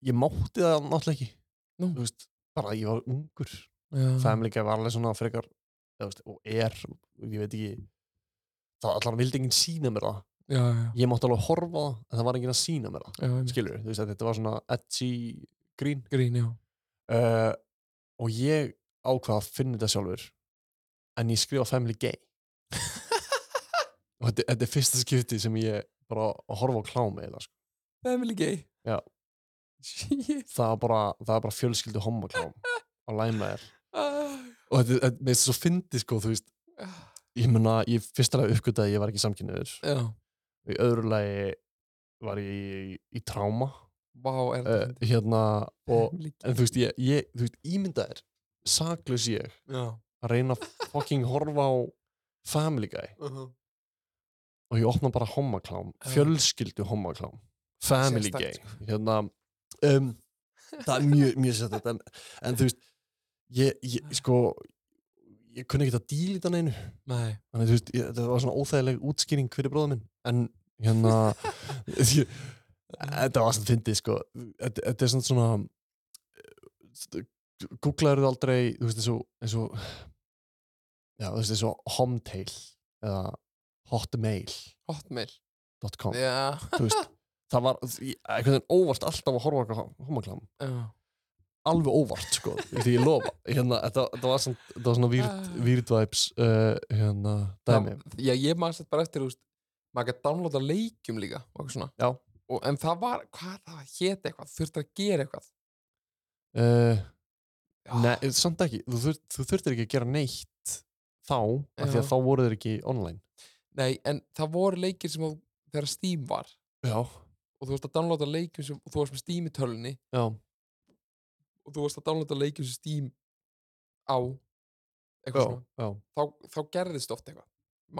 S2: ég mátti það náttúrulega ekki
S1: Nú.
S2: þú veist, bara ég var ungur
S1: já,
S2: Family Guy var alveg svona frekar eða, veist, og er, ég veit ekki það allan vildi enginn sína mér það
S1: já, já,
S2: ég mátti alveg horfa á það, en það var enginn að sína mér það
S1: já, einmitt.
S2: skilur, þú veist að þetta var svona edgy grín
S1: grín, já
S2: uh, og ég ákvað að finna þetta sjálfur en ég skrifa Family Gay og þetta, þetta er fyrsta skipti sem ég bara að horfa á klámi eða, sko.
S1: Family Gay
S2: Já.
S1: Shit.
S2: það, var bara, það var bara fjölskyldu homoklám á læmaðir
S1: Ah.
S2: og þetta, þetta með þess að fyndi sko, þú veist ég meina, ég fyrsta lega uppgötaði að ég var ekki samkynniður
S1: <laughs> já,
S2: í öðru lagi var ég í, í tráma
S1: vá, er
S2: uh,
S1: þetta
S2: hérna
S1: <laughs>
S2: og,
S1: Family Guy.
S2: en þú veist, ég, ég, þú veist, ímynda er saklaus ég
S1: já,
S2: að reyna að fucking horfa á Family Guy og ég opna bara homaklám,
S1: Já.
S2: fjölskyldu homaklám Family
S1: Sérstakt, sko.
S2: Guy hérna, um, það er mjög, mjög sett en, en þú veist ég, ég sko ég kunni ekki að dílita neinu
S1: nei,
S2: þannig þú veist, ég, það var svona óþægileg útskýring fyrir bróða minn, en hérna
S1: <laughs>
S2: ég, þetta var svona fyndið sko, þetta, þetta er svona svona googlaður þú aldrei, þú veist, eins og eins og, já, þú veist, eins og hometail, eða hotmail.com,
S1: hotmail já,
S2: þú veist það var, ég- einhvern veginn óvart alltaf að horfa okkar homaklam,
S1: já,
S2: alveg óvart sko, því ég lofa hérna, þetta, þetta var svona, þetta var svona weird, weird vibes uh, hérna, dæmi
S1: Það- Ah. já, ég maður sett bara eftir, þú veist maður gæti downloada leikjum líka og eitthvað svona
S2: Já.
S1: og, en það var, hvað það hét eitthvað þurfti að gera eitthvað
S2: uh,
S1: Já.
S2: Nei, eh, samt ekki, þú, þur, þú þurftir ekki að gera neitt þá, af því
S1: Já.
S2: að þá voru þeir ekki online.
S1: Nei, en það voru leikir sem að, þegar Steam var
S2: Já.
S1: og þú varst að downloada leikjum sem, og þú varst með Steam í tölunni
S2: Já,
S1: og þú varst að downloada leikjum sem Steam á
S2: já,
S1: eitthvað svona
S2: já,
S1: þá, þá gerðist oft eitthvað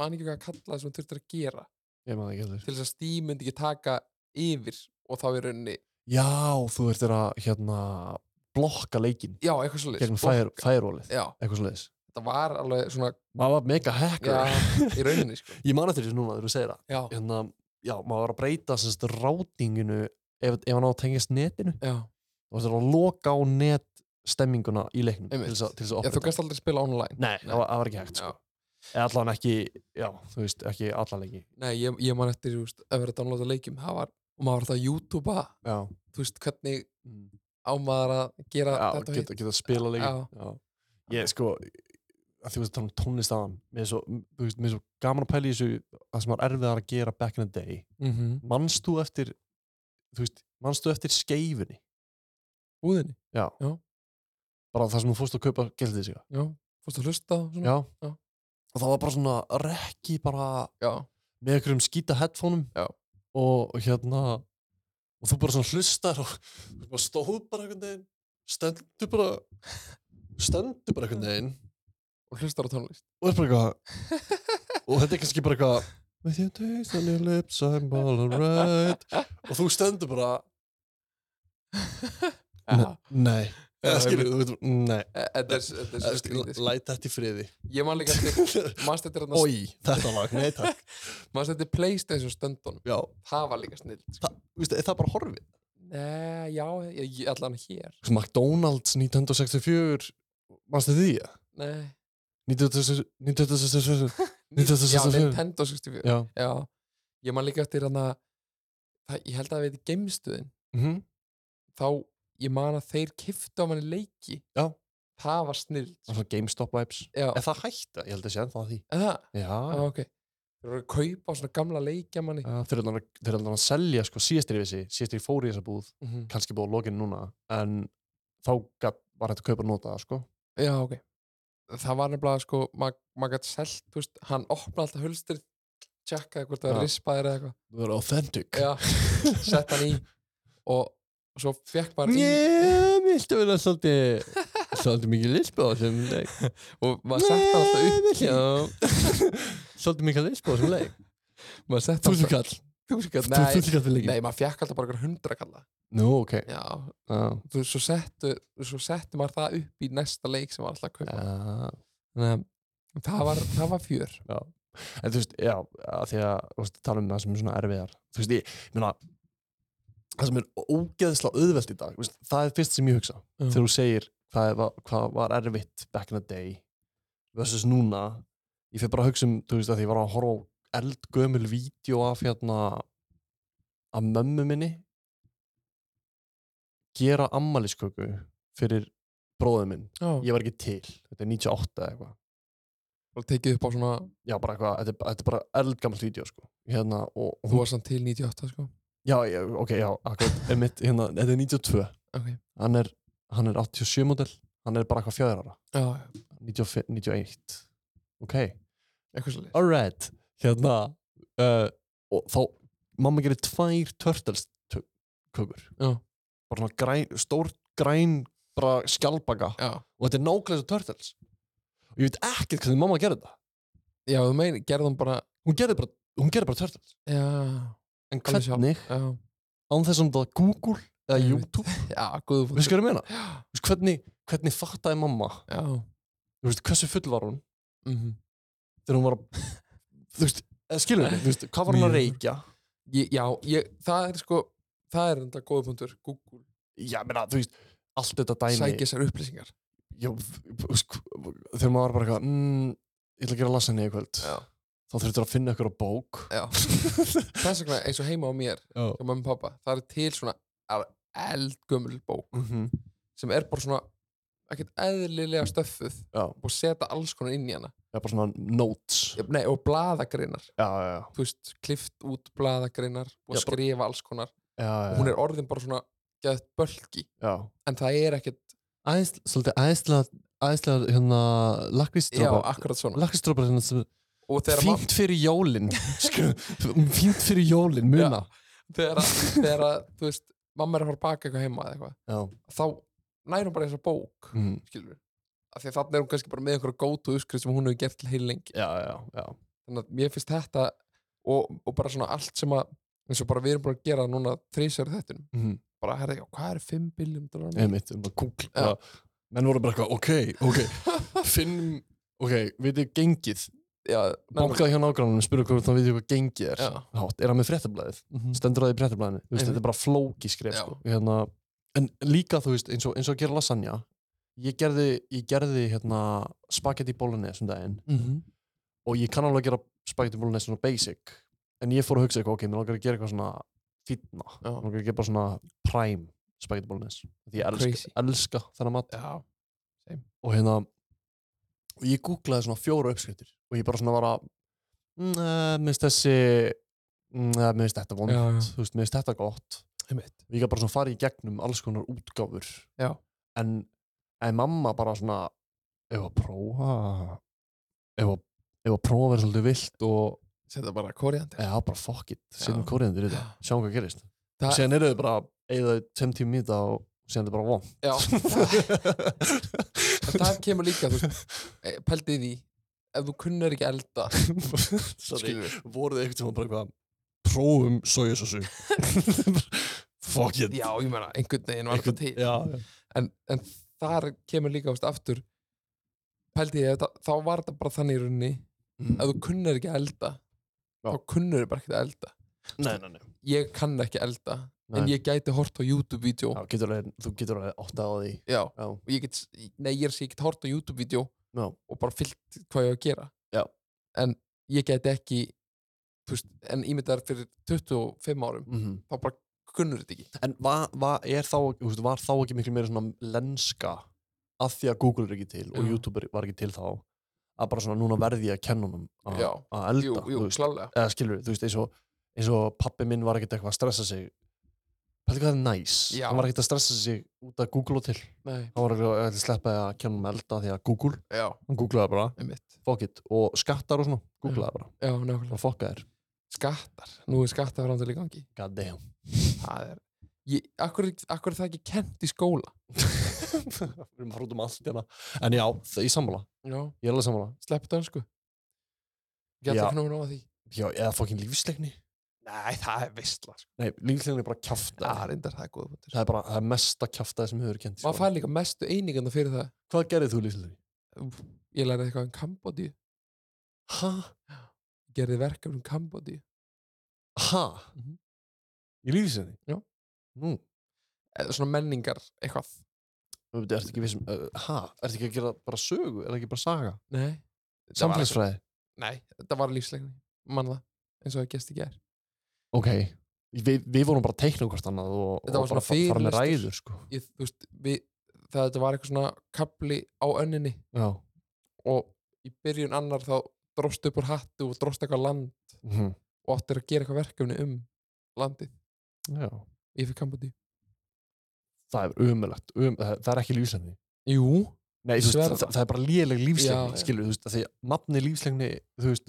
S1: man ekki hvað að kalla það sem þú þurftir að gera
S2: ég maður ekki heldur.
S1: til þess að Steam myndi ekki taka yfir og þá er rauninni,
S2: Já, þú þurftir að, hérna, blokka leikin
S1: já, eitthvað svo
S2: gegn fire, firewallið,
S1: Já,
S2: eitthvað svo leiðis.
S1: þetta var alveg svona
S2: Maður var mega hacker.
S1: já, í rauninni,
S2: <laughs>
S1: sko
S2: Ég man eftir þessu núna þegar þú segir það.
S1: Já,
S2: Hérna, já, maður var að breyta semst rátinginu ef, ef hann á að tengjast netinu.
S1: já,
S2: Þú þurftir að loka á netstemminguna í leiknum til
S1: Einmitt.
S2: þess að, til þess að
S1: já þú
S2: opna.
S1: gæst aldrei spila online
S2: Nei, það var, það var ekki hægt, sko.
S1: Já.
S2: Eða allan ekki, já, þú veist, ekki allan leiki.
S1: Nei, ég, ég man eftir, þú veist, að vera að downloada leikjum það var, og maður var það að youtubea
S2: Já.
S1: þú veist, hvernig
S2: Mm.
S1: á maður að gera
S2: já,
S1: þetta og hitt
S2: geta, geta spila leiki
S1: Já.
S2: já. ég sko að því að tala um tónlist aðan mér er svo, þú veist, mér er svo gaman að pæla í þessu það sem var erfiðar að gera back in the day
S1: mm -hmm.
S2: manst þú eftir þú veist, manst þú eftir skeifunni
S1: búðinni,
S2: bara það sem þú fórst að kaupa gildið sig
S1: já, fórst að hlusta og svona,
S2: já.
S1: Mm, Já.
S2: og það var bara svona rekki bara
S1: já,
S2: með einhverjum skýta headphoneum
S1: Já.
S2: og hérna og þú bara svona hlustar og þú bara stóð bara einhvern veginn stendur bara stendur bara einhvern veginn
S1: og hlustar á tónlist
S2: og er bara eitthvað og þetta er kannski bara eitthvað With your taste on your lips I'm all alright og þú stendur bara
S1: Já.
S2: Nei
S1: Já,
S2: Eða skilur, þú veit, nei
S1: E- Þetta er s- þetta er svo skrítið sko.
S2: Læt þetta í friði
S1: Ég man líka eftir,
S2: <laughs>
S1: mannst eftir hann
S2: Oi, þetta lag, nei takk
S1: mannst eftir Playstation stöndunum
S2: <laughs> Já,
S1: það var líka snill sko.
S2: Þa, viðst, er það bara horfið?
S1: Nei, já, ég, ég, allan hér
S2: McDonalds 1964 Manstu því? ja?
S1: Nei,
S2: 1964 1964
S1: já,
S2: 1964.
S1: Nintendo 64
S2: Já
S1: Já, ég man líka eftir hann að það- ég held að við í geimstuðin
S2: mhm,
S1: þá, ég man að þeir kiftu á manni leiki
S2: Já.
S1: það var snill
S2: Það var svona GameStop vibes
S1: Já,
S2: Er það hægt? Ég held að sé ennþá að því
S1: það
S2: Já,
S1: ah, ok Þeir eru að kaupa svona gamla leikja manni
S2: Já, Þeir eru alveg- þeir eru alveg að selja sko, síðastir við sig, síðastir fór í þessa búð
S1: Mhm.
S2: kannski búið á lokinu núna en þá gat, var hægt að kaupa og nota það sko.
S1: Já, ok Það var nefnilega sko, maður ma gætt selt þú veist, hann opnaði alltaf hulstrið tjekkaði hvort
S2: Já.
S1: það var rispaðir eða eitthvað
S2: Það er authentic
S1: <laughs> Já, sett hann í og svo fekk maður í
S2: Njö, viltu vera svolítið svolítið mikið lisbó sem leik
S1: og maður sett hann alltaf upp
S2: <laughs> svolítið mikið lisbó sem leik
S1: maður sett hann
S2: Túsund
S1: alltaf
S2: kall
S1: Þúsundkall, nei,
S2: Túsund kall við leikinn
S1: nei, maður fekk alltaf bara einhver hundra kalla
S2: Nú, ok
S1: Já,
S2: Já.
S1: þú, svo settu svo settu maður það upp í næsta leik sem var alltaf að kaupa
S2: Já.
S1: Þannig að það var, það var fjör
S2: En þú veist, já, að því að þú veist, tala um það sem er svona erfiðar Þú veist, ég, ég meina það sem er ógeðsla auðvelt í dag, þú veist, það er fyrst sem ég hugsa
S1: Já.
S2: þegar þú segir hvað, er- var- hvað var erfitt back in the day versus núna ég fyrir bara að hugsa um, þú veist að því ég var að horfa á eldgömul vídeo af hérna af mömmu minni gera ammælisköku fyrir bróðum minn
S1: já,
S2: ég var ekki til, þetta er 98 eða eitthvað
S1: bara tekið upp á svona
S2: já bara eitthvað, þetta er, þetta er bara eldgamalt vídeo sko, hérna og
S1: þú varst hann til 98 sko
S2: já, já, ok, já, akkurat emitt, hérna, þetta er 92
S1: ok,
S2: hann er, hann er 87 model hann er bara eitthvað fjöður ára
S1: já, já,
S2: 95, 91 ok,
S1: eitthvað svolítið
S2: alright hérna uh, og þá, mamma gerir tvær turtles tö- kökur
S1: Já.
S2: bara svona græn, stór græn bara skjálpaka
S1: já,
S2: og þetta er nákvæmlega svo turtles og ég veit ekkert hvernig mamma gerði þetta
S1: já, þú meina, gerðum bara
S2: hún gerði bara, hún gerði bara turtles
S1: já,
S2: en
S1: Alveg sjálf.
S2: hvernig,
S1: já,
S2: án þess að það Google eða
S1: Ég veit.
S2: YouTube,
S1: já, góðu
S2: við
S1: punktur.
S2: skalum
S1: <gasps>
S2: meina Þú veist, hvernig, hvernig fattaði mamma
S1: já,
S2: þú veist, hversu full var hún
S1: mhm
S2: þegar hún var að <laughs> þú veist, eða skilur mig, þú veist, hvað var hún að
S1: Mjög.
S2: reykja
S1: ég, já, ég, það er sko það er enda góða punktur, Google
S2: já, meina, þú veist, allt þetta dæmi
S1: sækja sér upplýsingar
S2: já, þú veist, sko, þegar maður var bara eitthvað mmm, ég ætla að gera lasagna í kvöld
S1: Já.
S2: þá þurftur að finna ykkur á
S1: <laughs>
S2: bók
S1: Já. þess vegna eins og heima á mér
S2: Já.
S1: hjá mamma og pappa, það er til svona eldgömmul bók
S2: Mhm.
S1: sem er bara svona ekkert eðlilega stöffuð
S2: já,
S1: og setja alls konar inn í hana
S2: það er bara svona notes já,
S1: Ég- Nei, og bladagreinar
S2: já, já,
S1: þú veist, klift út bladagreinar og
S2: Já, bara-
S1: skrifa alls konar
S2: já,
S1: og
S2: já,
S1: hún er orðin bara svona gæðt bölki,
S2: já.
S1: en það er ekkert
S2: Æsl, svolítið æsla, æsla hérna,
S1: já,
S2: lakristrópa
S1: akkurat svona
S2: lakristrópa hérna sem
S1: og þegar, mam,
S2: fínt fyrir
S1: <laughs>
S2: jólin Skur, fínt fyrir jólin, muna
S1: þegar, að- þegar að, þú veist, mamma er að fara að baka eitthvað heima eða eitthvað,
S2: já,
S1: þá nær hún bara þessa bók,
S2: mm.
S1: skilur af því að þannig er hún kannski bara með einhverja gótu uskrið sem hún hefur gert til heil lengi
S2: já, já, já.
S1: þannig að mér finnst þetta og, og bara svona allt sem að eins og bara við erum búin að gera núna þrísar þettin
S2: Mm.
S1: bara herra, já, hvað er 5 biljum dólar
S2: einmitt, um að kúkla
S1: Já.
S2: ja. menn voru bara eitthvað, ok,
S1: <laughs>
S2: ok finnum, ok, við þið gengið
S1: já,
S2: bankað hjá nágrannum, spurðu hvað það við þið hvað gengið er
S1: Já.
S2: Hátt, er hann með fréttablaðið,
S1: nákvæmlega.
S2: stendur það í fréttablaðinu þú veist,
S1: Einmitt.
S2: þetta er bara flóki skrif
S1: Já.
S2: sko. hérna, en líka, þú veist, eins og, eins og að gera lasagna ég gerði, ég gerði hérna, spagetti bolognese um daginn
S1: Mhm.
S2: og ég kann alveg að gera spagetti bolognese svona basic en ég fór að hugsa eitthvað, ok, mér langar að gera eitthvað svona fínna,
S1: Já.
S2: mér langar að gera bara svona prime spagetti bolognese því ég
S1: Crazy.
S2: elska, elska þennan mat
S1: já,
S2: og hérna og ég googlaði svona fjóra uppskriftir og ég bara svona var að mm, eh, mér finnst þessi mm, eh, mér finnst þetta vond,
S1: Já, já.
S2: þú veist, mér finnst þetta gott
S1: einmitt
S2: og ég gat bara svona farið í gegnum alls konar útgáfur
S1: Já.
S2: en, en mamma bara svona ef að prófa ef að, ef að prófa að vera svolítið vilt og
S1: setja bara koriander
S2: eða bara fuck it, setjum
S1: Já.
S2: kóriðandir í þetta sjáum hvað
S1: <gasps>
S2: gerist,
S1: Þa-
S2: og síðan eru þau bara eða sem tími í þetta og síðan er þetta bara vond
S1: já,
S2: <laughs>
S1: það, það kemur líka þú veist, <laughs> eh, pældu í því ef þú kunnir ekki elda <laughs>
S2: Sorry,
S1: skilur
S2: voruð þið eitthvað bara eitthvað prófum sojasósu <laughs> fuck it
S1: já, ég meina, einhvern veginn var
S2: Einhvern-
S1: þetta til
S2: já,
S1: en, en þar kemur líka þú veist, aftur pældi ég, þetta- þá var þetta bara þannig í rauninni
S2: Mm.
S1: ef þú kunnir ekki að elda
S2: Já.
S1: þá kunnir þau bara ekki að elda
S2: Nei, nei, nei.
S1: ég kann ekki að elda en
S2: Nei.
S1: ég gæti hort á YouTube-vídeó
S2: Já, getur alveg, þú getur alveg áttað á því
S1: já,
S2: já,
S1: og ég get, nei ég er sér, ég get hort á YouTube-vídeó
S2: já,
S1: og bara fyllt hvað ég á að gera
S2: Já.
S1: en ég gæti ekki þú veist, en ímyndar fyrir 25 árum
S2: mm
S1: þá bara kunnur þetta ekki
S2: en var, var, er þá, þú veist, var þá ekki miklu meira svona lenska að því að Google er ekki til og
S1: Já.
S2: YouTube er- var ekki til þá að bara svona núna verði ég að kenna honum að
S1: Já.
S2: að elda
S1: jú, jú,
S2: þú veist,
S1: klálega
S2: eða skilur, þú veist, eins og, eins og pappi minn var ekkert eitthvað að stressa sig Pæli hvað það er næs,
S1: Já.
S2: hann var ekkert að stressa sig út að Google og til
S1: nei,
S2: hann var eitthvað að sleppa því að kenna um elda því að Google,
S1: já,
S2: hann googlaði bara
S1: einmitt
S2: fuck it, og skattar og svona, googlaði bara
S1: já, nákvæmlega
S2: og fokka þér,
S1: skattar, nú er skattar framtölu í gangi
S2: god damn
S1: það er, ég, akkur, akkur er það ekki kent í skóla
S2: við erum að hrúta um allt hérna en já, það er sammála,
S1: já,
S2: ég er alveg sammála
S1: sleppt dansku gæti
S2: Já.
S1: að finna hún á því
S2: já, eða fokkin lífsleikni
S1: Nei, það er vissla sko.
S2: nei, lífsleikni er bara kjafta
S1: Það er reyndar það er góða punktur
S2: það er bara, það er mesta kjaftaði sem hefur kent
S1: Maður fær líka mestu einingana fyrir það
S2: hvað gerðið þú lífsleikni?
S1: Úff, Ég lærði eitthvað um Kambodíu
S2: ha?
S1: Gerði verkefni um Kambodíu
S2: ha?
S1: Mhm.
S2: í lífsleikni?
S1: Já.
S2: nú,
S1: Eða svona menningar eitthvað
S2: Þú veit, ertu ekki vissum, uh, ha, ertu ekki að gera bara sögu, er það ekki bara saga?
S1: Nei, Þetta var-
S2: Samfélagsfræði?
S1: nei, þetta var lífsleikni mann það, eins og það gesti gær
S2: Ok, Vi, við vorum bara að teikna um hvort annað og,
S1: Þetta var
S2: og bara
S1: svona
S2: fa- fara með
S1: fyrirlestur.
S2: ræður, sko.
S1: ég, þú veist, við, það þetta var eitthvað svona kapli á önninni
S2: Já.
S1: og í byrjun annar þá dróst upp úr hattu og dróst eitthvað land
S2: Mhm.
S1: og áttir að gera eitthvað verkefni um landið
S2: Já.
S1: ég fyrir Kambodíu
S2: Það er umöðlegt, um, það, það er ekki lífsefni.
S1: Jú,
S2: Nei, þú veist,
S1: Sverða.
S2: það, það er bara léleg lífslegni,
S1: Já, já.
S2: skilur, þú veist, að því að nafni lífslegni, þú veist,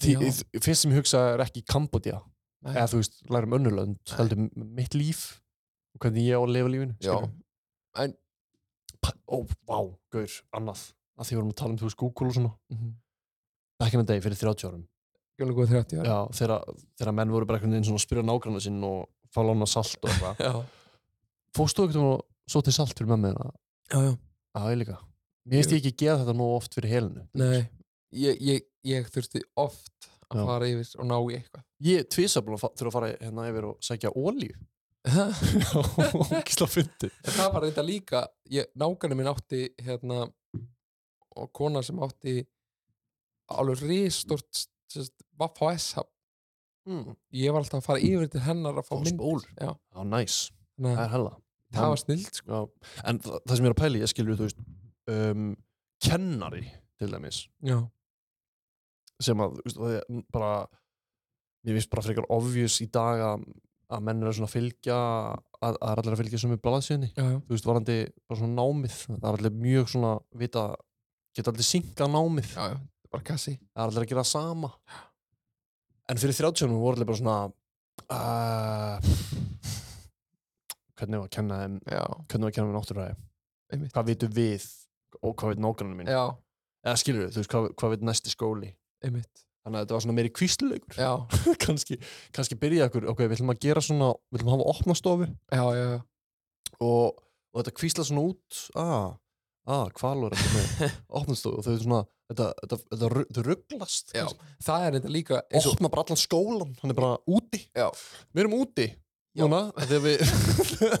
S2: því,
S1: Já.
S2: þ- fyrst sem ég hugsa er ekki Kambodja,
S1: Nei.
S2: eða þú veist, lærum önnurlönd, heldur m- mitt líf og hvernig ég á að lifa lífinu,
S1: Já.
S2: skilur.
S1: En-
S2: Pa- Ó, vá, gaur, annað, að því vorum að tala um, þú veist, Google og svona,
S1: mhm.
S2: back in the day fyrir 30 árum,
S1: ekki alveg góð 30 ára
S2: já, þegar, þegar menn voru bara einhvern veginn svona að spyrja nágranna sinn og fá lána salt og eitthvað,
S1: já,
S2: <laughs> fórstu ekkert um og svo til salt fyrir mömmu þína?
S1: já, já.
S2: Já, ég líka. Mér finnst ég ekki gera þetta nóg oft fyrir helinu.
S1: Nei, ég, ég, ég þurfti oft að
S2: Já.
S1: fara yfir og ná í <laughs>
S2: Ég tvisa búin að fa- þurfa að fara hérna yfir og sækja <laughs> ólíu.
S1: eitthvað
S2: Ógisla fyndi.
S1: En það var þetta líka ég, nágrann minn átti hérna og kona sem átti alveg ristort VHS hub.
S2: Mm.
S1: ég var alltaf að fara yfir til hennar að fá
S2: Fá
S1: mynd
S2: spólur.
S1: Já.
S2: Já, næs.
S1: Þannig
S2: Það sko.
S1: að
S2: er hella.
S1: það var snild
S2: Já. En þa það sem ég er að pæli, ég skilur, þú veist, um, kennari til dæmis,
S1: já,
S2: sem að, þú veist, það er bara, mér finnst bara frekar obvious í dag að, að menn eru svona að fylgja, að, að er allir að fylgja sem er blaðsíðinni.
S1: já, já,
S2: Þú veist, varandi bara svona námið, það er allir mjög svona, vita, geta allir syngað námið.
S1: já, já, bara kassi
S2: það er allir að gera það sama en fyrir 30 árum voru allir bara svona uh, hvernig var að kenna þeim
S1: já,
S2: hvernig var að kenna þeim náttúræði
S1: einmitt
S2: hvað vitum við og hvað veit nágrannum mín
S1: já,
S2: eða skilur þú veist hvað, hvað veit næsti skóli
S1: einmitt,
S2: þannig að þetta var svona meiri kvísluleikur
S1: já,
S2: kannski, kannski byrjaði okkur ok, við ætlum að gera svona við ætlum að hafa opnastofu
S1: já, já, já.
S2: og, og þetta kvísla svona út ah, ah, hvalur er
S1: <laughs>
S2: með opnastofu og þau svona þetta, þetta, þetta, ru- þau rugglast
S1: Já. það er þetta líka eins og
S2: opna bara allan skólan hann er bara úti
S1: Já.
S2: við erum úti
S1: Já.
S2: núna af því að við, <laughs>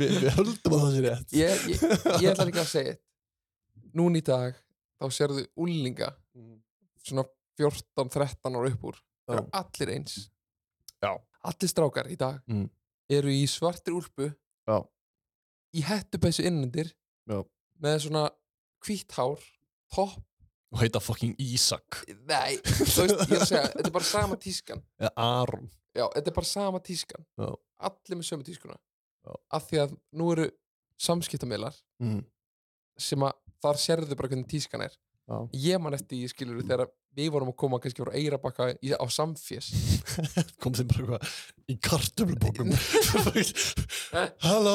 S2: við, við höldum að það sé rétt
S1: ég, ég, ég ætla líka að segja eitt. núna í dag þá sérðu úlinga svona 14-13 ára upp úr
S2: Já.
S1: eru allir eins
S2: Já.
S1: allir strákar í dag
S2: Mm.
S1: eru í svartir úlpu
S2: Já.
S1: í hettupessu innendir
S2: Já.
S1: með svona hvítt hár topp,
S2: <laughs> og heita fucking Ísak
S1: nei þú veist, ég er að segja, þetta er bara sama tískan
S2: eða Aron
S1: já, þetta er bara sama tískan
S2: Já.
S1: allir með sömu tískuna
S2: Já.
S1: af því að nú eru samskiptamiðlar
S2: mm.
S1: sem að þar sérðu bara hvernig tískan er
S2: Já.
S1: ég man eftir, ég skilur þegar við vorum að koma kannski frá Eirabakka í- á
S2: <laughs>
S1: Samfés
S2: <laughs> kom þeim bara eitthvað í
S1: <laughs>
S2: kartöflubokum hello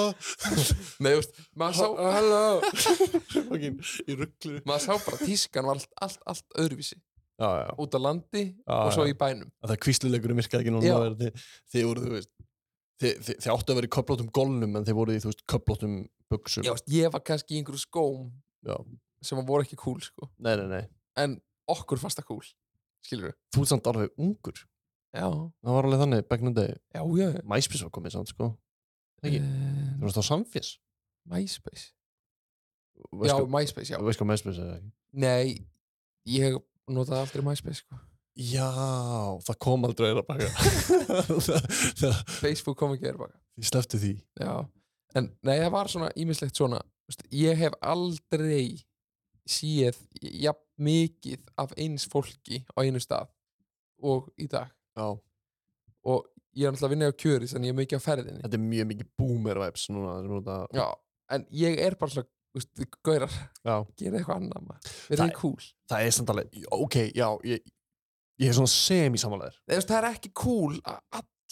S1: Nei, þú veist, maður sá,
S2: hello fucking í rugglu
S1: <laughs> maður sá bara að tískan var allt, allt, allt öðruvísi
S2: já, já.
S1: út á landi
S2: Já,
S1: og svo
S2: já.
S1: í bænum
S2: að það kvísluleikurinn virkaði ekki
S1: Já.
S2: núna þið, þið voru þú veist þið, þið, þið áttu að vera í köflótum gólnum en þið voru í þú veist köflótum buksum
S1: Já, veist, ég var kannski í einhverju skóm
S2: Já.
S1: sem að voru ekki cool sko.
S2: nei nei nei
S1: en okkur fannst það cool skilur við
S2: þú ert samt alveg ungur
S1: já,
S2: það var alveg þannig back in the day
S1: já, já
S2: MySpace var komið samt sko Ekki?
S1: Eh,
S2: þú varst á Samfés
S1: MySpace
S2: Veist
S1: já,
S2: hvað-
S1: MySpace, já
S2: veist hvað MySpace er ekki
S1: nei, ég notaði aldrei MySpace sko.
S2: já það kom aldrei að baka það, það,
S1: Facebook kom ekki að erbaka
S2: ég slefti því
S1: Já, en nei, það var svona ímislegt svona, þú veist, ég hef aldrei séð jafn mikið af eins fólki á einu stað og í dag
S2: já.
S1: og ég er náttúrulega að vinna á kjöris en ég er mikið á ferðinni
S2: þetta er mjög mikið boomer vibes núna sem er út að-
S1: Já, en ég er bara svona, þú veist, þið gaurar
S2: já.
S1: gera eitthvað annað maður, verða
S2: Það-
S1: þið cool
S2: það er samt alveg ok já ég, ég er svona semi samanlegar
S1: Nei, þú veist, það er ekki cool að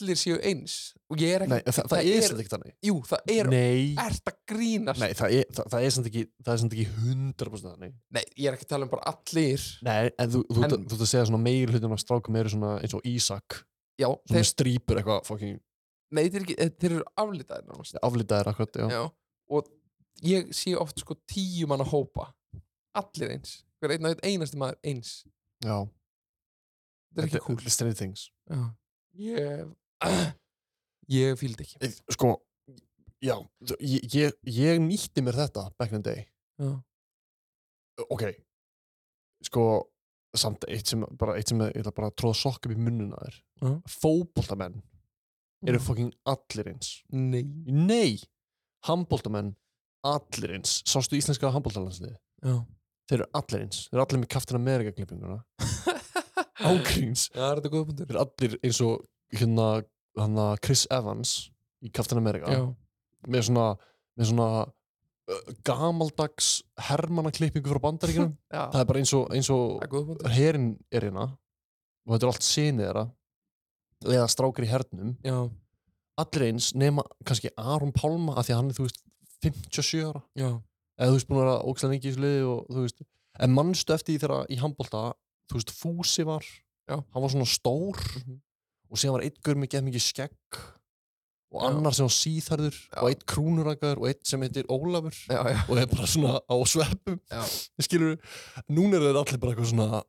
S1: allir séu eins og ég er ekki,
S2: nei það, það,
S1: það
S2: er
S1: er-
S2: samt ekki þannig
S1: jú, það er,
S2: nei,
S1: ert að grínast
S2: nei það, er, það, það er samt ekki það er samt ekki 100% þannig
S1: Nei, ég er ekki að tala um bara allir
S2: nei en þú, þú,
S1: En-
S2: þú, þú ert að segja svona meir hlutum að strákum eru svona eins og Ísak
S1: Já,
S2: svona
S1: þeir,
S2: með strípur eitthvað fucking
S1: nei, þeir, eru ekki, eh, þeir eru aflitaðir nánast
S2: aflitaðir akkurat já.
S1: já. og ég sé oft sko tíu manna hópa allir eins, hver einn og einn einasti maður eins
S2: já.
S1: þetta er ekki
S2: Þetta- þetta er Stranger Things
S1: cool já. <clears throat> ég ég fíldi ekki
S2: Ég- sko, já, þú- ég, ég, ég nýtti mér þetta back in the day
S1: já,
S2: ok sko, samt eitt sem bara, eitt sem ég ætla bara að tróða sokk upp í munnuna þér
S1: Já.
S2: fótboltamenn eru fucking allir eins
S1: nei
S2: nei, handbóltamenn allir eins, sástu íslenska handbóltalandsliði
S1: já.
S2: þeir eru allir eins, þeir eru allir með kaftin Amerika klippinguna
S1: <laughs>
S2: ángríns,
S1: Já, er þetta góða punktur?
S2: þeir eru allir eins og hérna, hérna Chris Evans í kaftin Amerika
S1: Já,
S2: með svona, með svona uh, gamaldags hermannaklippingu frá
S1: <laughs>
S2: bandaríkjunum
S1: já,
S2: það er bara eins og, eins og
S1: er góða punktur
S2: herin er hérna og þetta er allt sinið þeirra eða strákar í hernum
S1: Já,
S2: allir eins nema kannski Aron Pálma af því að hann er þú veist 57 ára
S1: já,
S2: eða þú veist búin að vera ógstlega lengi í þessu liði og þú veist en mannstu eftir því þegar í handbólta þú veist Fúsi var
S1: Já.
S2: hann var svona stór
S1: Mhm.
S2: og síðan var eitt gaur með gett mikið skegg og
S1: Já.
S2: annar sem var síðharður
S1: Já.
S2: og eitt krúnurakaður og eitt sem heitir Ólafur
S1: já, já,
S2: og er bara svona á sveppum
S1: Já.
S2: skilur núna er þetta allir bara eitthvað svona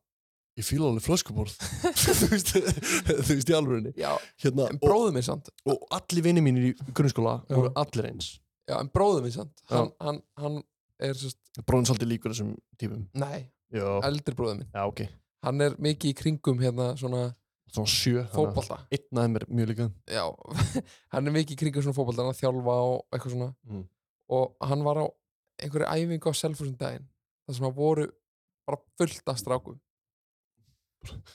S2: ég fíla alveg flöskuborð <laughs> þú veist þú veist í alvörinni
S1: já.
S2: hérna,
S1: En
S2: og,
S1: bróðum minn samt
S2: og allir vinni mínir í grunnskóla
S1: Já.
S2: voru allir eins
S1: Já, en bróðum minn samt
S2: Já.
S1: Hann, hann, hann er sérst
S2: bróðin svolítið líkur þessum típum
S1: Nei,
S2: já,
S1: eldri bróðum minn
S2: já ok,
S1: Hann er mikið í kringum hérna svona
S2: svona sjö
S1: fótbolta
S2: einn aðeim er mjög líka
S1: Já, <laughs> hann er mikið í kringum svona fótbolta Hann að þjálfa og eitthvað svona
S2: Mm.
S1: Og hann var á einhverju æfingu á Selfossum daginn Það sem að voru bara fullt af strákum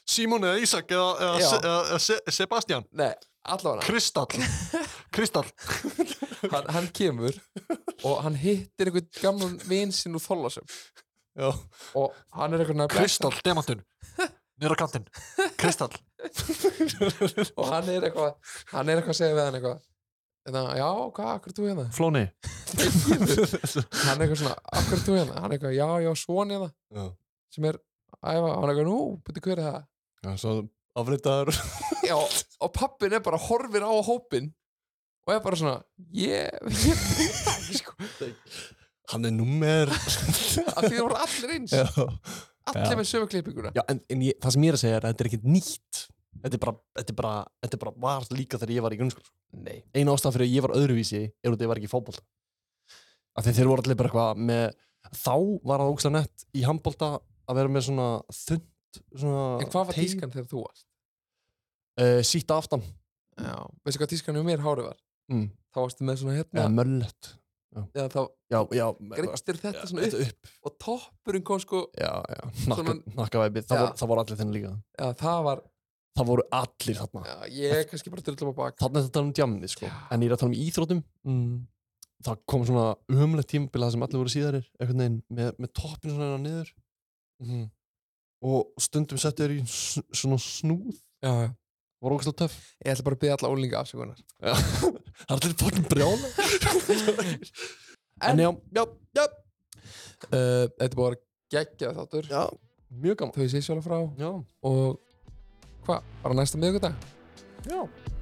S2: Simon eða Ísak eða,
S1: Já. Se-
S2: Sebastian
S1: Nei,
S2: <laughs>
S1: allavega
S2: Kristall Kristall
S1: hann, hann kemur og hann hittir einhvern gamlan vin sinn úr þólasum
S2: já.
S1: og hann er eitthvað nefnilega
S2: Kristall, demantun nýra kantinn, Kristall
S1: og hann er eitthvað hann er eitthvað að segja við hann eitthvað Þannig að, já, hvað, akkur þú
S2: <laughs>
S1: hérna?
S2: Flóni
S1: Hann er eitthvað svona, akkur þú hérna? Hann er eitthvað, já, já, svona hérna
S2: já
S1: sem er að æfa, hann er eitthvað, nú, betur hver er það?
S2: Já, svo afritaður
S1: Já, og pappin er bara horfir á hópin og er bara svona, ég, <laughs> ég veit það ekki, sko,
S2: Hann er nummer
S1: að því það voru allir eins,
S2: Já, já.
S1: allir með sömu klippinguna.
S2: já en, en ég, það sem ég er að segja er að þetta er ekkert nýtt Þetta er bara, þetta er bara, þetta er bara var líka þegar ég var í grunnskóla
S1: Nei.
S2: Einu ástæðan fyrir að ég var öðruvísi er út að ég var ekki í fótbolta Af því þeir voru allir bara eitthvað með Þá var það ógstlega nett í handbolta að vera með svona þund svona
S1: En hvað var
S2: teip,
S1: tískan þegar þú varst?
S2: eh, sítt að aftan
S1: Já, veistu hvað tískan hjá mér hárið var?
S2: mm.
S1: Þá varstu með svona hérna,
S2: Eða möllet
S1: eða þá
S2: Já, já
S1: greittir þetta svona upp
S2: upp
S1: og toppurinn kom sko,
S2: Já, já,
S1: Svona-
S2: nakkavæpi nakka væpið. það,
S1: Já.
S2: voru- það voru allir þennan líka
S1: já, það var,
S2: Það voru allir þarna
S1: já, ég er kannski bara drullum á bak.
S2: Þannig að þetta tala um djamni sko
S1: Já.
S2: En ég er að tala um íþrótum
S1: Mm.
S2: Það kom svona umlegt tímabil Það sem allir voru síðarir Einhvern veginn Með, með toppin svona hérna niður
S1: Mm.
S2: Og stundum settu þér í s- svona snúð
S1: Já, já.
S2: Var ógæslega töff
S1: Ég ætla bara að byggja alla ólinga afsökunar.
S2: Já. <laughs> Það er allir fokkin brjála
S1: En-
S2: En já, já, já,
S1: Uh, þetta er búið að vera geggjað þáttur,
S2: já Mjög gaman
S1: þau sé sjálf frá
S2: Já,
S1: og hvað, bara næsta miðvikudag?
S2: já